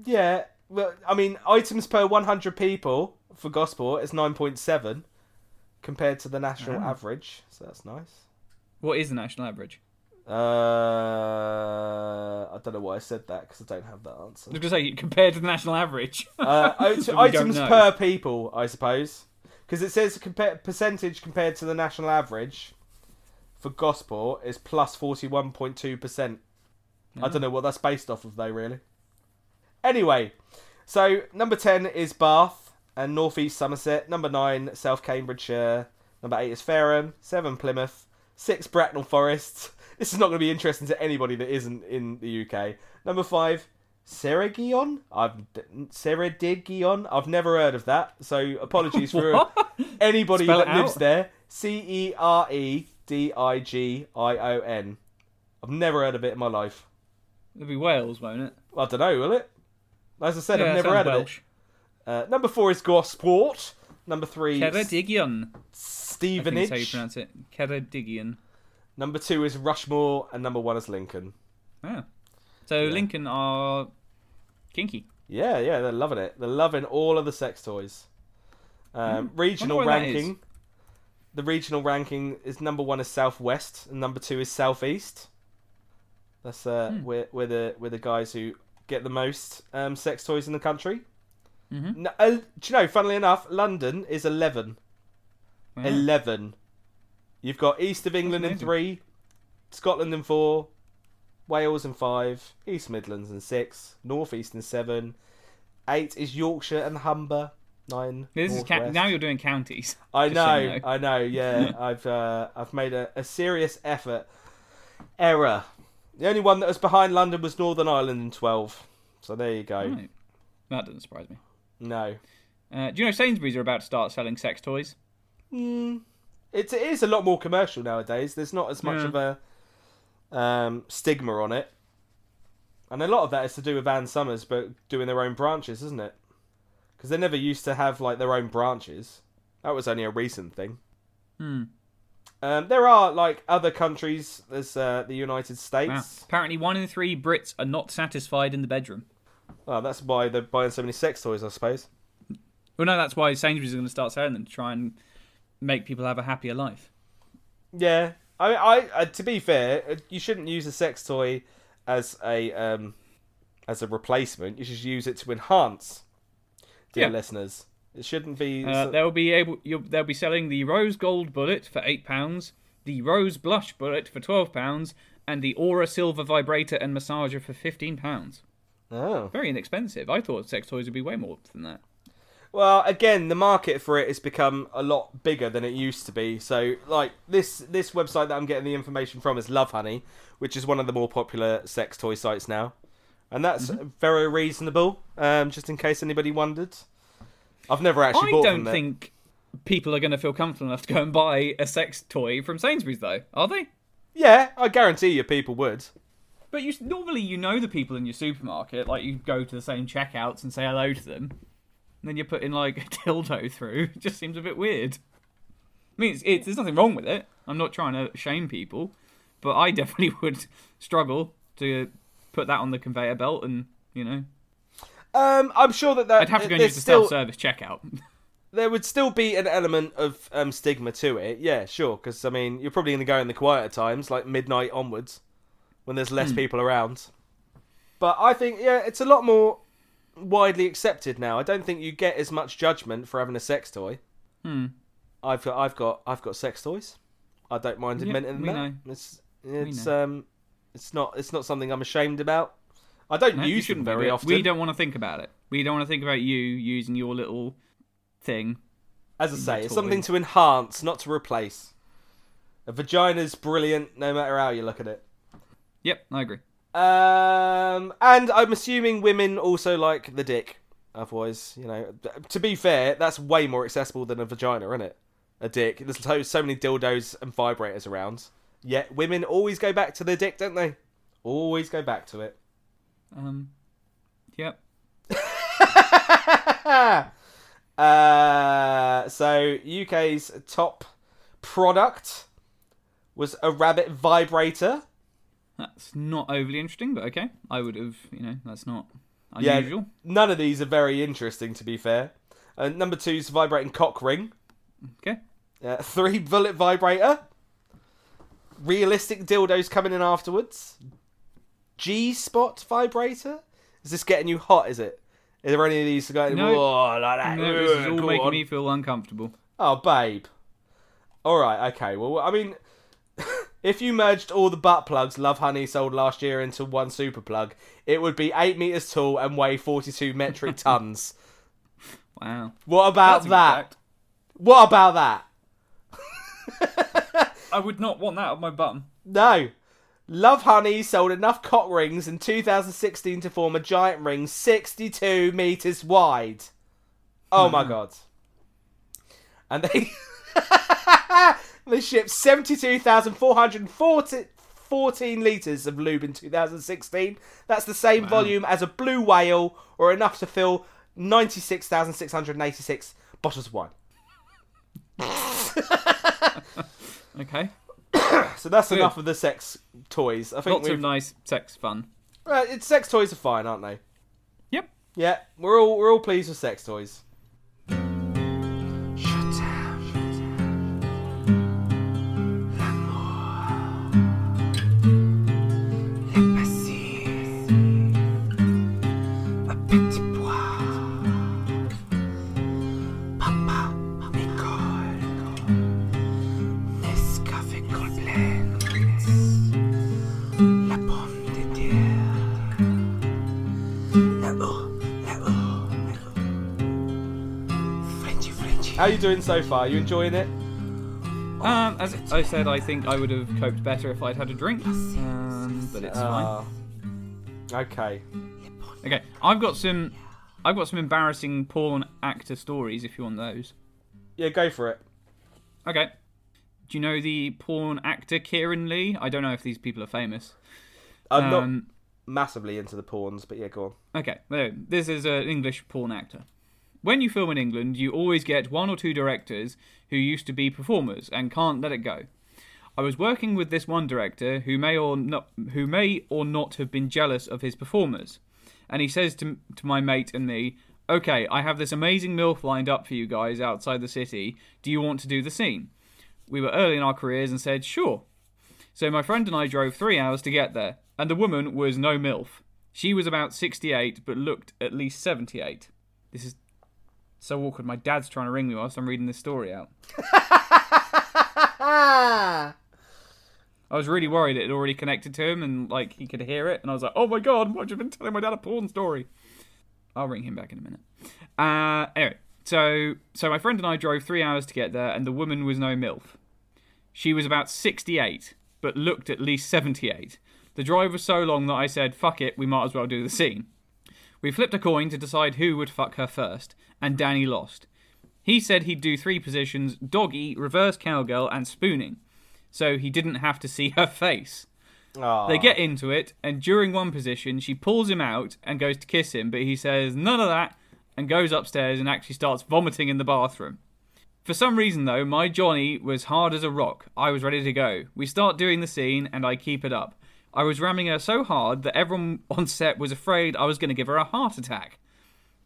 [SPEAKER 1] Yeah, well, I mean, items per 100 people for Gosport is 9.7 compared to the national
[SPEAKER 2] Ah.
[SPEAKER 1] average, so that's nice.
[SPEAKER 2] What is the national average?
[SPEAKER 1] Uh, I don't know why I said that because I don't have that answer.
[SPEAKER 2] I was going to say compared to the national average.
[SPEAKER 1] Uh, it-
[SPEAKER 2] So we don't
[SPEAKER 1] items
[SPEAKER 2] know.
[SPEAKER 1] per people, I suppose, because it says compa- percentage compared to the national average for Gosport is plus 41.2 percent. I don't know what that's based off of though, really. Anyway, so number 10 is Bath and North East Somerset. Number 9, South Cambridgeshire. Number 8 is Fareham. 7, Plymouth. 6, Bracknell Forest. This is not going to be interesting to anybody that isn't in the UK. Number 5, Ceredigion. I've Ceredigion. I've never heard of that. So apologies for
[SPEAKER 2] What?
[SPEAKER 1] anybody
[SPEAKER 2] Spell
[SPEAKER 1] that
[SPEAKER 2] it
[SPEAKER 1] lives
[SPEAKER 2] out.
[SPEAKER 1] there. C E R E D I G I O N. I've never heard of it in my life.
[SPEAKER 2] It'll be Wales, won't it?
[SPEAKER 1] I don't know, will it? As I said,
[SPEAKER 2] yeah,
[SPEAKER 1] I've never
[SPEAKER 2] sounds
[SPEAKER 1] heard of it.
[SPEAKER 2] Welsh.
[SPEAKER 1] Uh, number four is Gosport. Number three,
[SPEAKER 2] Ceredigion. I think that's how you
[SPEAKER 1] Stevenage.
[SPEAKER 2] pronounce it. Ceredigion.
[SPEAKER 1] Number two is Rushmore, and number one is Lincoln.
[SPEAKER 2] Wow. So Lincoln are kinky.
[SPEAKER 1] Yeah, yeah, they're loving it. They're loving all of the sex toys. Um, regional
[SPEAKER 2] Hmm. why that is.
[SPEAKER 1] ranking. The regional ranking is number one is Southwest, and number two is Southeast. That's uh,
[SPEAKER 2] Hmm.
[SPEAKER 1] we're, we're the we're the guys who get the most um, sex toys in the country.
[SPEAKER 2] Mhm.
[SPEAKER 1] No, uh, do you know? Funnily enough, London is eleven.
[SPEAKER 2] Wow.
[SPEAKER 1] 11. You've got East of England in
[SPEAKER 2] amazing.
[SPEAKER 1] 3, Scotland in 4, Wales in 5, East Midlands in 6, North East in 7, 8 is Yorkshire and Humber, 9.
[SPEAKER 2] this is ca-
[SPEAKER 1] Northwest.
[SPEAKER 2] now you're doing counties.
[SPEAKER 1] I
[SPEAKER 2] just so
[SPEAKER 1] know,
[SPEAKER 2] you know.
[SPEAKER 1] I know, yeah. I've uh, I've made a, a serious effort error. The only one that was behind London was Northern Ireland in 12. So there you go.
[SPEAKER 2] Right. That doesn't surprise me.
[SPEAKER 1] No.
[SPEAKER 2] Uh, do you know Sainsbury's are about to start selling sex toys?
[SPEAKER 1] Mm, it, it is a lot more commercial nowadays. There's not as much
[SPEAKER 2] Yeah.
[SPEAKER 1] of a um, stigma on it. And a lot of that is to do with Ann Summers, but doing their own branches, isn't it? Because they never used to have like their own branches. That was only a recent thing.
[SPEAKER 2] Hmm.
[SPEAKER 1] Um, there are like other countries. There's uh, the United
[SPEAKER 2] Wow.
[SPEAKER 1] States.
[SPEAKER 2] Apparently, one in three Brits are not satisfied in the bedroom.
[SPEAKER 1] Oh, that's why they're buying so many sex toys, I suppose.
[SPEAKER 2] Well, no, that's why Sainsbury's are going to start selling them to try and make people have a happier life.
[SPEAKER 1] Yeah, I, I, uh, to be fair, uh, you shouldn't use a sex toy as a um, as a replacement. You should use it to enhance, dear
[SPEAKER 2] Yeah.
[SPEAKER 1] listeners. It shouldn't be.
[SPEAKER 2] Uh, they'll be able. You'll, they'll be selling the rose gold bullet for eight pounds, the rose blush bullet for twelve pounds, and the aura silver vibrator and massager for fifteen pounds.
[SPEAKER 1] oh.
[SPEAKER 2] Very inexpensive. I thought sex toys would be way more than that.
[SPEAKER 1] Well, again, the market for it has become a lot bigger than it used to be. So, like this this website that I'm getting the information from is Love Honey, which is one of the more popular sex toy sites now, and that's
[SPEAKER 2] Mm-hmm.
[SPEAKER 1] very reasonable. Um, just in case anybody wondered, I've never actually
[SPEAKER 2] I
[SPEAKER 1] bought
[SPEAKER 2] don't
[SPEAKER 1] them.
[SPEAKER 2] think people are going to feel comfortable enough to go and buy a sex toy from Sainsbury's, though, are they?
[SPEAKER 1] Yeah, I guarantee you, people would.
[SPEAKER 2] But you normally you know the people in your supermarket. Like you go to the same checkouts and say hello to them. And then you're putting like a dildo through. It just seems a bit weird. I mean, it's, it's, there's nothing wrong with it. I'm not trying to shame people, but I definitely would struggle to put that on the conveyor belt, and you know,
[SPEAKER 1] Um, I'm sure that, that
[SPEAKER 2] I'd have to go and
[SPEAKER 1] there's
[SPEAKER 2] use the
[SPEAKER 1] still,
[SPEAKER 2] self-service checkout.
[SPEAKER 1] there would still be an element of um, stigma to it. Yeah, sure. Because I mean, you're probably going to go in the quieter times, like midnight onwards, when there's
[SPEAKER 2] Hmm.
[SPEAKER 1] less people around. But I think yeah, it's a lot more widely accepted now. I don't think you get as much judgment for having a sex toy.
[SPEAKER 2] Hmm.
[SPEAKER 1] I've got, I've got, I've got sex toys. I don't mind
[SPEAKER 2] Yeah,
[SPEAKER 1] admitting
[SPEAKER 2] we
[SPEAKER 1] that.
[SPEAKER 2] know.
[SPEAKER 1] It's it's
[SPEAKER 2] know.
[SPEAKER 1] um, it's not it's not something I'm ashamed about. I don't
[SPEAKER 2] No,
[SPEAKER 1] use
[SPEAKER 2] you
[SPEAKER 1] them
[SPEAKER 2] shouldn't be
[SPEAKER 1] very
[SPEAKER 2] doing it.
[SPEAKER 1] often.
[SPEAKER 2] We don't want to think about it. We don't want to think about you using your little thing.
[SPEAKER 1] As I say, it's
[SPEAKER 2] toy.
[SPEAKER 1] something to enhance, not to replace. A vagina's brilliant, no matter how you look at it.
[SPEAKER 2] Yep, I agree.
[SPEAKER 1] Um, and I'm assuming women also like the dick. Otherwise, you know, to be fair, that's way more accessible than a vagina, isn't it? A dick. There's so, so many dildos and vibrators around. Yet women always go back to the dick, don't they? Always go back to it.
[SPEAKER 2] Um, yep.
[SPEAKER 1] uh, so UK's top product was a rabbit vibrator.
[SPEAKER 2] That's not overly interesting, but okay. I would have, you know, that's not
[SPEAKER 1] Yeah,
[SPEAKER 2] unusual.
[SPEAKER 1] none of these are very interesting, to be fair. Uh, number two is vibrating cock ring.
[SPEAKER 2] Okay.
[SPEAKER 1] Uh, three bullet vibrator. Realistic dildos coming in afterwards. G spot vibrator. Is this getting you hot? Is it? Are there any of these going?
[SPEAKER 2] No.
[SPEAKER 1] Whoa, like that.
[SPEAKER 2] No, this is
[SPEAKER 1] Ugh,
[SPEAKER 2] all
[SPEAKER 1] go
[SPEAKER 2] making
[SPEAKER 1] on."
[SPEAKER 2] me feel uncomfortable.
[SPEAKER 1] Oh, babe. All right, okay. Well, I mean, if you merged all the butt plugs Love Honey sold last year into one super plug, it would be eight meters tall and weigh forty-two metric tons.
[SPEAKER 2] Wow.
[SPEAKER 1] What about
[SPEAKER 2] That's a
[SPEAKER 1] that?
[SPEAKER 2] fact.
[SPEAKER 1] What about that?
[SPEAKER 2] I would not want that on my bum.
[SPEAKER 1] No. Love Honey sold enough cock rings in 2016 to form a giant ring 62 meters wide. Oh
[SPEAKER 2] Hmm.
[SPEAKER 1] my god. And they they shipped 72,414 liters of lube in 2016. That's the same volume as a blue whale or enough to fill 96,686 bottles of wine.
[SPEAKER 2] Okay.
[SPEAKER 1] So that's enough of the sex toys. I think
[SPEAKER 2] Lots
[SPEAKER 1] we've,
[SPEAKER 2] of nice sex fun.
[SPEAKER 1] uh, it's sex toys are fine, aren't they?
[SPEAKER 2] Yep.
[SPEAKER 1] Yeah, we're all we're all pleased with sex toys.
[SPEAKER 3] La pomme de terre. Là-haut, là-haut, là-haut. Frenchy, Frenchy.
[SPEAKER 1] How are you doing so far? You enjoying it?
[SPEAKER 2] Um, as I said, I think I would have coped better if I'd had a drink, um, but it's fine.
[SPEAKER 1] Ah. Uh, okay.
[SPEAKER 2] Okay, I've got some, I've got some embarrassing porn actor stories. If you want those,
[SPEAKER 1] Yeah, go for it.
[SPEAKER 2] okay. Do you know the porn actor Kieran Lee? I don't know if these people are famous. Um,
[SPEAKER 1] I'm not massively into the pawns, but yeah, go on.
[SPEAKER 2] Okay, well, this is an English porn actor. When you film in England, you always get one or two directors who used to be performers and can't let it go. I was working with this one director who may or not who may or not have been jealous of his performers, and he says to to my mate and me, "Okay, I have this amazing milf lined up for you guys outside the city. Do you want to do the scene?" We were early in our careers and said, "Sure." So my friend and I drove three hours to get there, and the woman was no MILF. She was about 68, but looked at least 78. This is so awkward. My dad's trying to ring me whilst I'm reading this story out.
[SPEAKER 1] Ah,
[SPEAKER 2] I was really worried it had already connected to him and like he could hear it, and I was like, "Oh my god, what have you been telling my dad a porn story?" I'll ring him back in a minute. Uh, anyway, so so my friend and I drove three hours to get there, and the woman was no milf. She was about 68, but looked at least 78. The drive was so long that I said, fuck it, we might as well do the scene. We flipped a coin to decide who would fuck her first, and Danny lost. He said he'd do three positions doggy, reverse cowgirl, and spooning, so he didn't have to see her face.
[SPEAKER 1] Aw.
[SPEAKER 2] They get into it, and during one position, she pulls him out and goes to kiss him, but he says none of that and goes upstairs and actually starts vomiting in the bathroom. For some reason, though, my Johnny was hard as a rock. I was ready to go. We start doing the scene, and I keep it up. I was ramming her so hard that everyone on set was afraid I was going to give her a heart attack.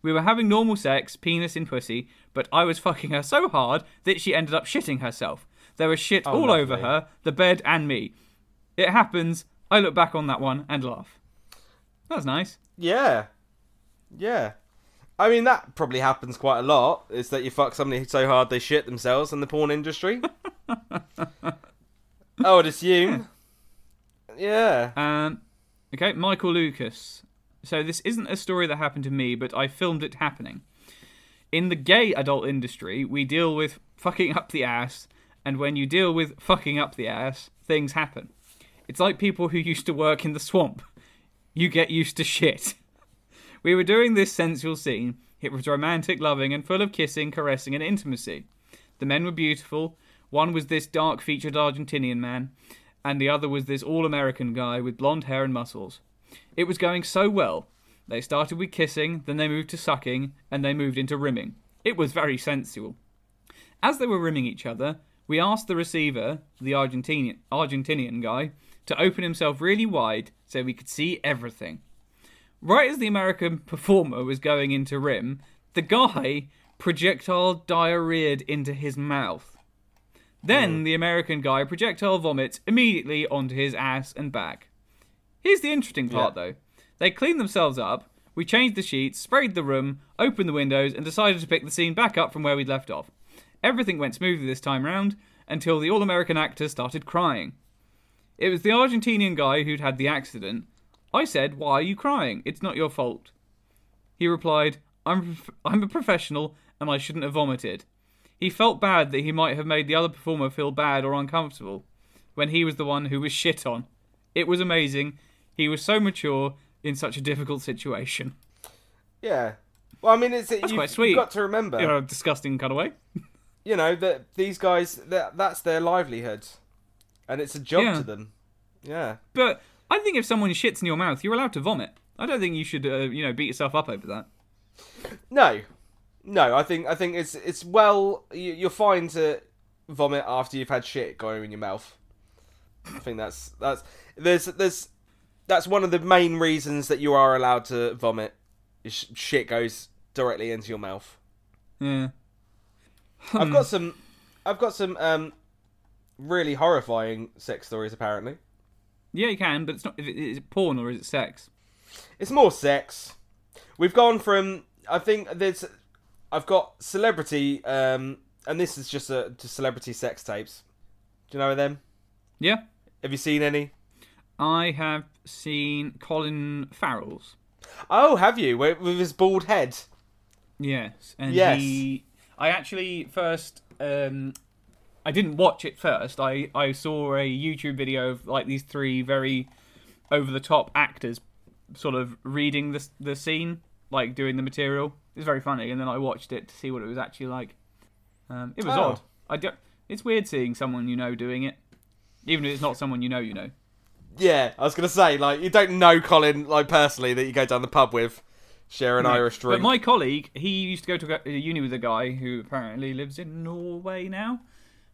[SPEAKER 2] We were having normal sex, penis in pussy, but I was fucking her so hard that she ended up shitting herself. There was shit all over
[SPEAKER 1] lovely.
[SPEAKER 2] her, the bed, and me. It happens. I look back on that one and laugh. That's nice.
[SPEAKER 1] Yeah. Yeah. I mean, that probably happens quite a lot, is that you fuck somebody so hard they shit themselves in the porn industry. I would assume. Yeah.
[SPEAKER 2] Um, okay, Michael Lucas. So this isn't a story that happened to me, but I filmed it happening. In the gay adult industry, we deal with fucking up the ass, and when you deal with fucking up the ass, things happen. It's like people who used to work in the swamp. You get used to shit. We were doing this sensual scene. It was romantic, loving, and full of kissing, caressing, and intimacy. The men were beautiful. One was this dark featured Argentinian man, and the other was this all American guy with blonde hair and muscles. It was going so well. They started with kissing, then they moved to sucking, and they moved into rimming. It was very sensual. As they were rimming each other, we asked the receiver, the Argentinian, Argentinian guy, to open himself really wide so we could see everything. Right as the American performer was going into rim, the guy projectile diarrheaed into his mouth. Then the American guy projectile vomits immediately onto his ass and back. Here's the interesting part, though. They cleaned themselves up, we changed the sheets, sprayed the room, opened the windows, and decided to pick the scene back up from where we'd left off. Everything went smoothly this time round until the all American actor started crying. It was the Argentinian guy who'd had the accident. I said, Why are you crying? It's not your fault. He replied, I'm, I'm a professional and I shouldn't have vomited. He felt bad that he might have made the other performer feel bad or uncomfortable when he was the one who was shit on. It was amazing. He was so mature in such a difficult situation.
[SPEAKER 1] Yeah. Well, I mean, it's you've,
[SPEAKER 2] quite sweet.
[SPEAKER 1] you've got to remember,
[SPEAKER 2] In a disgusting kind of way.
[SPEAKER 1] you know, that these guys, that that's their livelihood, and it's a job
[SPEAKER 2] Yeah.
[SPEAKER 1] to them. Yeah.
[SPEAKER 2] But I think if someone shits in your mouth, you're allowed to vomit. I don't think you should, uh, you know, beat yourself up over that.
[SPEAKER 1] No, no. I think I think it's it's well. You, you're fine to vomit after you've had shit going in your mouth. I think that's that's there's there's that's one of the main reasons that you are allowed to vomit. is sh- Shit goes directly into your mouth.
[SPEAKER 2] Yeah.
[SPEAKER 1] I've got some. I've got some um, really horrifying sex stories. Apparently,
[SPEAKER 2] Yeah, you can, but it's not. Is it- is it porn or is it sex?
[SPEAKER 1] it's more sex. We've gone from I think there's I've got celebrity um, and this is just a just celebrity sex tapes. Do you know them?
[SPEAKER 2] Yeah.
[SPEAKER 1] Have you seen any?
[SPEAKER 2] I have seen Colin Farrell's.
[SPEAKER 1] Oh, have you? With, with his bald head.
[SPEAKER 2] Yes, and
[SPEAKER 1] Yes.
[SPEAKER 2] he. I actually first um, I didn't watch it first. I I saw a YouTube video of like these three very over the top actors sort of reading the the scene, like doing the material. It was very funny, and then I watched it to see what it was actually like. Um, it was
[SPEAKER 1] Oh.
[SPEAKER 2] odd. I don't, it's weird seeing someone you know doing it, even if it's not someone you know. You know.
[SPEAKER 1] Yeah, I was gonna say like you don't know Colin like personally that you go down the pub with, share an Irish
[SPEAKER 2] But
[SPEAKER 1] drink.
[SPEAKER 2] my colleague, he used to go to go- uh, uni with a guy who apparently lives in Norway now,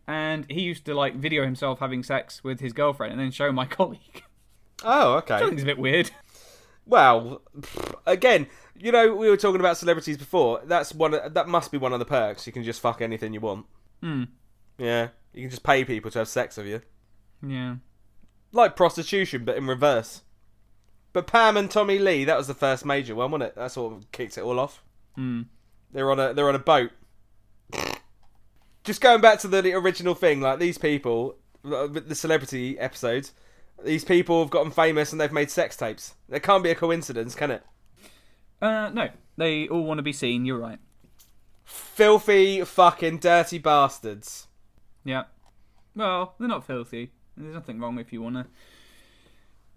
[SPEAKER 2] and he used to like video himself having sex with his girlfriend and then show my colleague.
[SPEAKER 1] Oh,
[SPEAKER 2] I
[SPEAKER 1] okay.
[SPEAKER 2] think it's a bit weird.
[SPEAKER 1] Well, pff, again, you know we were talking about celebrities before. That's one. Of, that must be one of the perks. You can just fuck anything you want.
[SPEAKER 2] Hmm.
[SPEAKER 1] Yeah, you can just pay people to have sex with you,
[SPEAKER 2] Yeah.
[SPEAKER 1] like prostitution, but in reverse. But Pam and Tommy Lee, that was the first major one, wasn't it? That's what kicked it all off.
[SPEAKER 2] Hmm.
[SPEAKER 1] They're on a they're on a boat. Just going back to the original thing, like these people, the celebrity episodes, these people have gotten famous and they've made sex tapes. That can't be a coincidence, can it?
[SPEAKER 2] Uh, no, they all want to be seen. You're right.
[SPEAKER 1] Filthy fucking dirty bastards.
[SPEAKER 2] Yeah. Well, they're not filthy. There's nothing wrong if you want to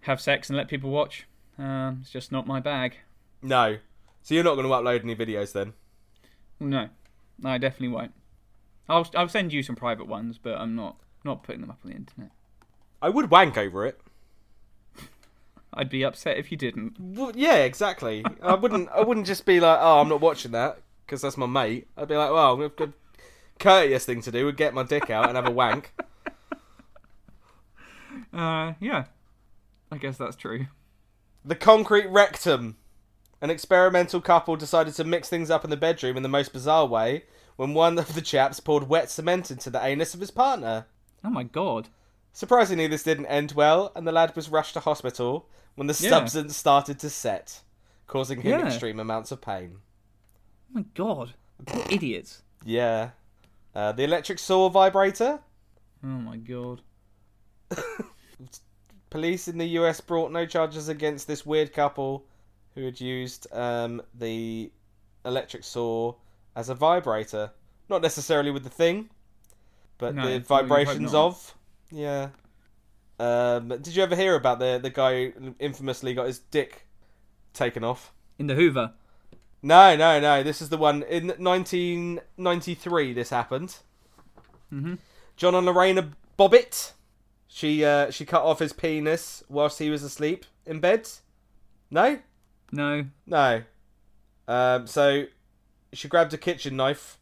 [SPEAKER 2] have sex and let people watch. Um, it's just not my bag.
[SPEAKER 1] No. So you're not going to upload any videos then?
[SPEAKER 2] No, I definitely won't. I'll I'll send you some private ones, but I'm not not putting them up on the internet.
[SPEAKER 1] I would wank over it.
[SPEAKER 2] I'd be upset if you didn't.
[SPEAKER 1] Well, yeah, exactly. I wouldn't. I wouldn't just be like, "Oh, I'm not watching that because that's my mate." I'd be like, "Well, the- the courteous thing to do would get my dick out and have a wank."
[SPEAKER 2] Uh, yeah. I guess that's true.
[SPEAKER 1] The concrete rectum. An experimental couple decided to mix things up in the bedroom in the most bizarre way when one of the chaps poured wet cement into the anus of his partner.
[SPEAKER 2] Oh my god.
[SPEAKER 1] Surprisingly, this didn't end well, and the lad was rushed to hospital when the
[SPEAKER 2] Yeah.
[SPEAKER 1] substance started to set, causing him
[SPEAKER 2] Yeah.
[SPEAKER 1] extreme amounts of pain.
[SPEAKER 2] Oh my god. What idiots.
[SPEAKER 1] Yeah. Uh, the electric saw vibrator.
[SPEAKER 2] Oh my god.
[SPEAKER 1] Police in the US brought no charges against this weird couple who had used um, the electric saw as a vibrator. Not necessarily with the thing, but
[SPEAKER 2] No, well,
[SPEAKER 1] the
[SPEAKER 2] you'd hope
[SPEAKER 1] vibrations
[SPEAKER 2] not.
[SPEAKER 1] of. Yeah. Um, did you ever hear about the the guy who infamously got his dick taken off?
[SPEAKER 2] In the Hoover.
[SPEAKER 1] No, no, no. This is the one in 1993. This happened.
[SPEAKER 2] Mhm.
[SPEAKER 1] John and Lorena Bobbitt. She uh, she cut off his penis whilst he was asleep in bed. No,
[SPEAKER 2] No.
[SPEAKER 1] no. Um, so she grabbed a kitchen knife,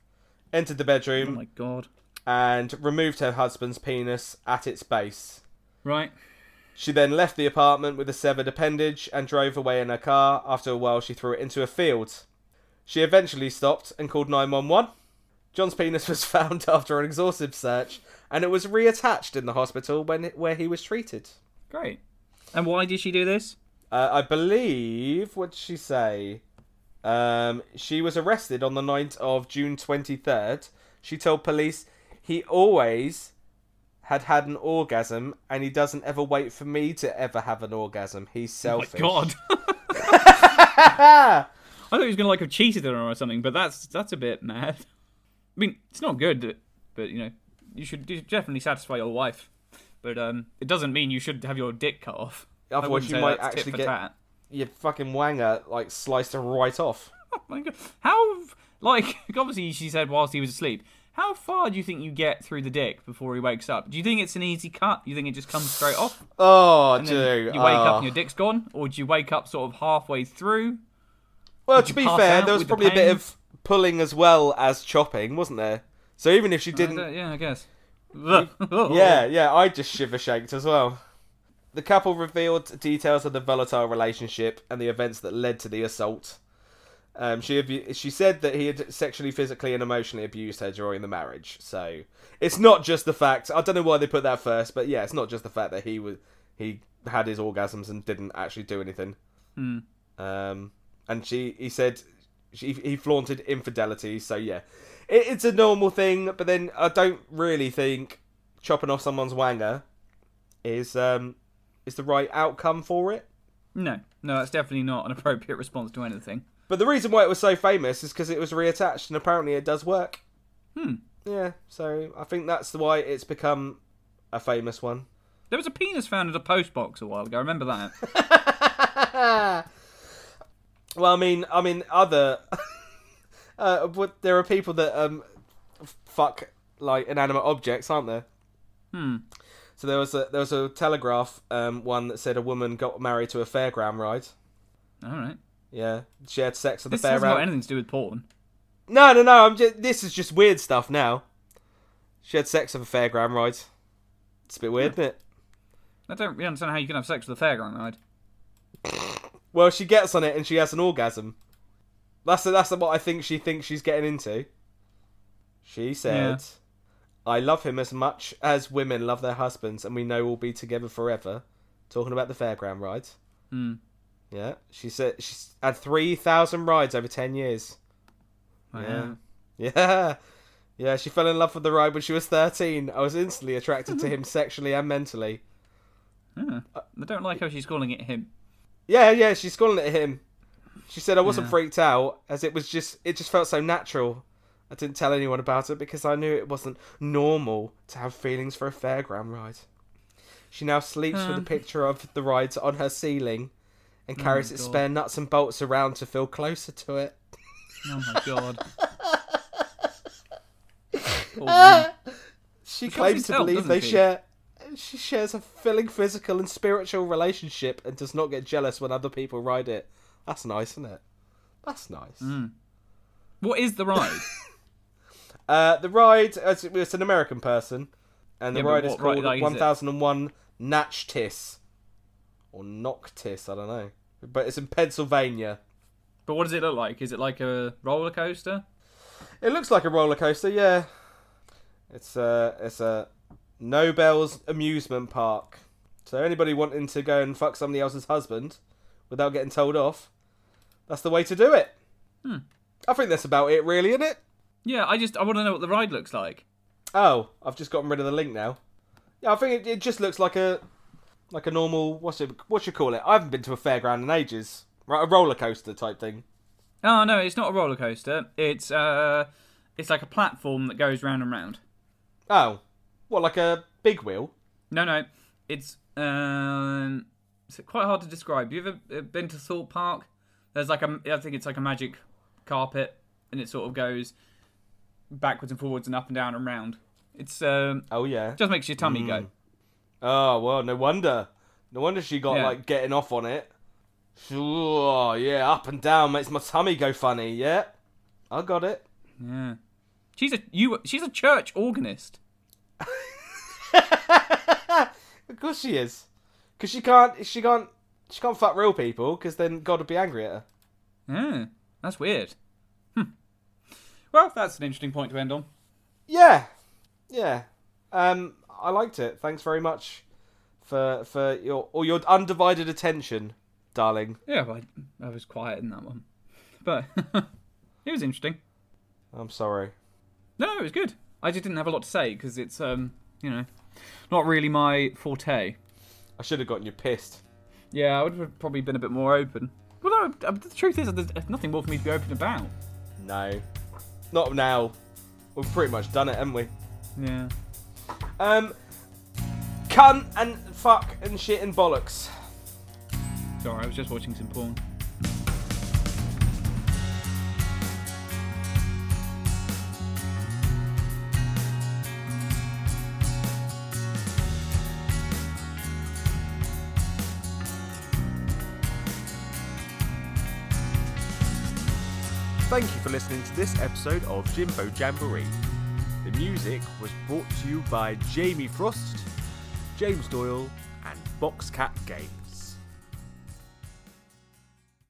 [SPEAKER 1] entered the
[SPEAKER 2] Oh
[SPEAKER 1] bedroom,
[SPEAKER 2] my god.
[SPEAKER 1] and removed her husband's penis at its base.
[SPEAKER 2] Right.
[SPEAKER 1] She then left the apartment with a severed appendage and drove away in her car. After a while, she threw it into a field. She eventually stopped and called 911. John's penis was found after an exhaustive search, and it was reattached in the hospital when where he was treated.
[SPEAKER 2] Great. And why did she do this?
[SPEAKER 1] Uh, I believe what did she say? Um, she was arrested on the night of June 23rd. She told police he always had had an orgasm and he doesn't ever wait for me to ever have an orgasm. He's
[SPEAKER 2] Oh my
[SPEAKER 1] selfish.
[SPEAKER 2] god. I thought he was gonna like have cheated on her or something, but that's that's a bit mad. I mean, it's not good, but you know, you should, you should definitely satisfy your wife. But um, it doesn't mean you should have your dick cut off. I
[SPEAKER 1] Otherwise
[SPEAKER 2] wouldn't
[SPEAKER 1] you
[SPEAKER 2] say
[SPEAKER 1] might
[SPEAKER 2] that's tit
[SPEAKER 1] actually
[SPEAKER 2] for
[SPEAKER 1] get-
[SPEAKER 2] tat.
[SPEAKER 1] Your fucking wanger like sliced her right off.
[SPEAKER 2] My God. How, like, obviously she said whilst he was asleep. How far do you think you get through the dick before he wakes up? Do you think it's an easy cut? You think it just comes straight off?
[SPEAKER 1] Oh,
[SPEAKER 2] And then
[SPEAKER 1] dude.
[SPEAKER 2] you wake
[SPEAKER 1] oh.
[SPEAKER 2] up and your dick's gone? Or do you wake up sort of halfway through?
[SPEAKER 1] Well, to be
[SPEAKER 2] pass
[SPEAKER 1] fair,
[SPEAKER 2] out
[SPEAKER 1] there was
[SPEAKER 2] with the
[SPEAKER 1] probably a bit
[SPEAKER 2] pain?
[SPEAKER 1] of pulling as well as chopping, wasn't there? So even if she
[SPEAKER 2] I
[SPEAKER 1] didn't
[SPEAKER 2] don't- yeah, I guess. Oh.
[SPEAKER 1] Yeah, yeah, I just shiver shaked as well. The couple revealed details of the volatile relationship and the events that led to the assault. Um, she abu- she said that he had sexually, physically, and emotionally abused her during the marriage. So it's not just the fact. I don't know why they put that first, but yeah, it's not just the fact that he was he had his orgasms and didn't actually do anything. Um, and she he said she, he flaunted infidelity. So yeah, it, it's a normal thing. But then I don't really think chopping off someone's wanger is um is the right outcome for it.
[SPEAKER 2] No, no, that's definitely not an appropriate response to anything.
[SPEAKER 1] But the reason why it was so famous is because it was reattached, and apparently it does work. Yeah, so I think that's why it's become a famous one.
[SPEAKER 2] There was a penis found in a post box a while ago. I remember that.
[SPEAKER 1] Well, I mean, I mean, other. uh, but there are people that um, f- fuck like inanimate objects, aren't there?
[SPEAKER 2] Hmm.
[SPEAKER 1] So there was a there was a telegraph um, one that said a woman got married to a fairground ride.
[SPEAKER 2] All right.
[SPEAKER 1] Yeah, she had sex at the
[SPEAKER 2] This hasn't
[SPEAKER 1] fairground.
[SPEAKER 2] got anything to do with porn.
[SPEAKER 1] no, no, no. I'm just this is just weird stuff now. She had sex at a fairground ride. It's a bit weird, isn't it?
[SPEAKER 2] I don't really understand how you can have sex with a fairground ride.
[SPEAKER 1] Well, she gets on it and she has an orgasm. That's that's what I think she thinks she's getting into. She said, "I love him as much as women love their husbands, and we know we'll be together forever." Talking about the fairground ride.
[SPEAKER 2] Hmm.
[SPEAKER 1] Yeah, she said she's had three thousand rides over ten years.
[SPEAKER 2] Wow.
[SPEAKER 1] Yeah. Yeah, yeah. She fell in love with the ride when she was thirteen. I was instantly attracted
[SPEAKER 2] Mm-hmm.
[SPEAKER 1] to him sexually and mentally.
[SPEAKER 2] Yeah. I don't like how she's calling it him.
[SPEAKER 1] Yeah, yeah, she's calling it him. She said I wasn't
[SPEAKER 2] Yeah.
[SPEAKER 1] freaked out as it was just it just felt so natural. I didn't tell anyone about it because I knew it wasn't normal to have feelings for a fairground ride. She now sleeps with a
[SPEAKER 2] Um.
[SPEAKER 1] picture of the ride on her ceiling and carries its
[SPEAKER 2] Oh God.
[SPEAKER 1] spare nuts and bolts around to feel closer to it.
[SPEAKER 2] Oh my god. Poor woman.
[SPEAKER 1] She
[SPEAKER 2] She
[SPEAKER 1] claims
[SPEAKER 2] obviously
[SPEAKER 1] to believe
[SPEAKER 2] doesn't
[SPEAKER 1] they
[SPEAKER 2] she?
[SPEAKER 1] share she shares a filling physical and spiritual relationship and does not get jealous when other people ride it. That's nice, isn't it? That's nice.
[SPEAKER 2] Hmm. what is the ride?
[SPEAKER 1] Uh, the ride, it's, it's an American person, and the
[SPEAKER 2] Yeah, but
[SPEAKER 1] ride is
[SPEAKER 2] what ride,
[SPEAKER 1] called
[SPEAKER 2] like, is it?
[SPEAKER 1] 1001 Natchtis. Or Noctis, I don't know. But it's in Pennsylvania.
[SPEAKER 2] But what does it look like? Is it like a roller coaster?
[SPEAKER 1] It looks like a roller coaster, yeah. It's a, it's a Nobel's amusement park. So anybody wanting to go and fuck somebody else's husband without getting told off, that's the way to do it.
[SPEAKER 2] Hmm.
[SPEAKER 1] I think that's about it, really, isn't it?
[SPEAKER 2] Yeah, I just I want to know what the ride looks like.
[SPEAKER 1] Oh, I've just gotten rid of the link now. Yeah, I think it, it just looks like a like a normal what's it what you call it? I haven't been to a fairground in ages. Right, a roller coaster type thing.
[SPEAKER 2] Oh no, it's not a roller coaster. It's uh, it's like a platform that goes round and round.
[SPEAKER 1] Oh, what like a big wheel?
[SPEAKER 2] No, no, it's um, it's quite hard to describe. You ever uh, been to Thorpe Park? There's like a, I think it's like a magic carpet, and it sort of goes backwards and forwards and up and down and round. It's um,
[SPEAKER 1] Oh yeah.
[SPEAKER 2] just makes your tummy go.
[SPEAKER 1] Oh well, no wonder. No wonder she got
[SPEAKER 2] Yeah.
[SPEAKER 1] like getting off on it. Sure, yeah, up and down makes my tummy go funny. Yeah, I got it.
[SPEAKER 2] Yeah, she's a you. She's a church organist.
[SPEAKER 1] Of course she is, because she can't. She can't. She can't fuck real people, because then God would be angry at her.
[SPEAKER 2] Yeah, that's weird. Hmm. Well, that's an interesting point to end on.
[SPEAKER 1] Yeah, yeah. Um, I liked it. Thanks very much for for your or your undivided attention, darling.
[SPEAKER 2] Yeah, well, I, I was quiet in that one, but it was interesting.
[SPEAKER 1] I'm sorry.
[SPEAKER 2] No, it was good. I just didn't have a lot to say because it's um, you know, not really my forte.
[SPEAKER 1] I should have gotten you pissed.
[SPEAKER 2] Yeah, I would have probably been a bit more open. Well, no, uh, the truth is, there's nothing more for me to be open about.
[SPEAKER 1] No, not now. We've pretty much done it, haven't we?
[SPEAKER 2] Yeah.
[SPEAKER 1] Um, cunt and fuck and shit and bollocks.
[SPEAKER 2] Sorry, I was just watching some porn.
[SPEAKER 4] Thank you for listening to this episode of Jimbo Jamboree. The music was brought to you by Jamie Frost, James Doyle, and Boxcat Games.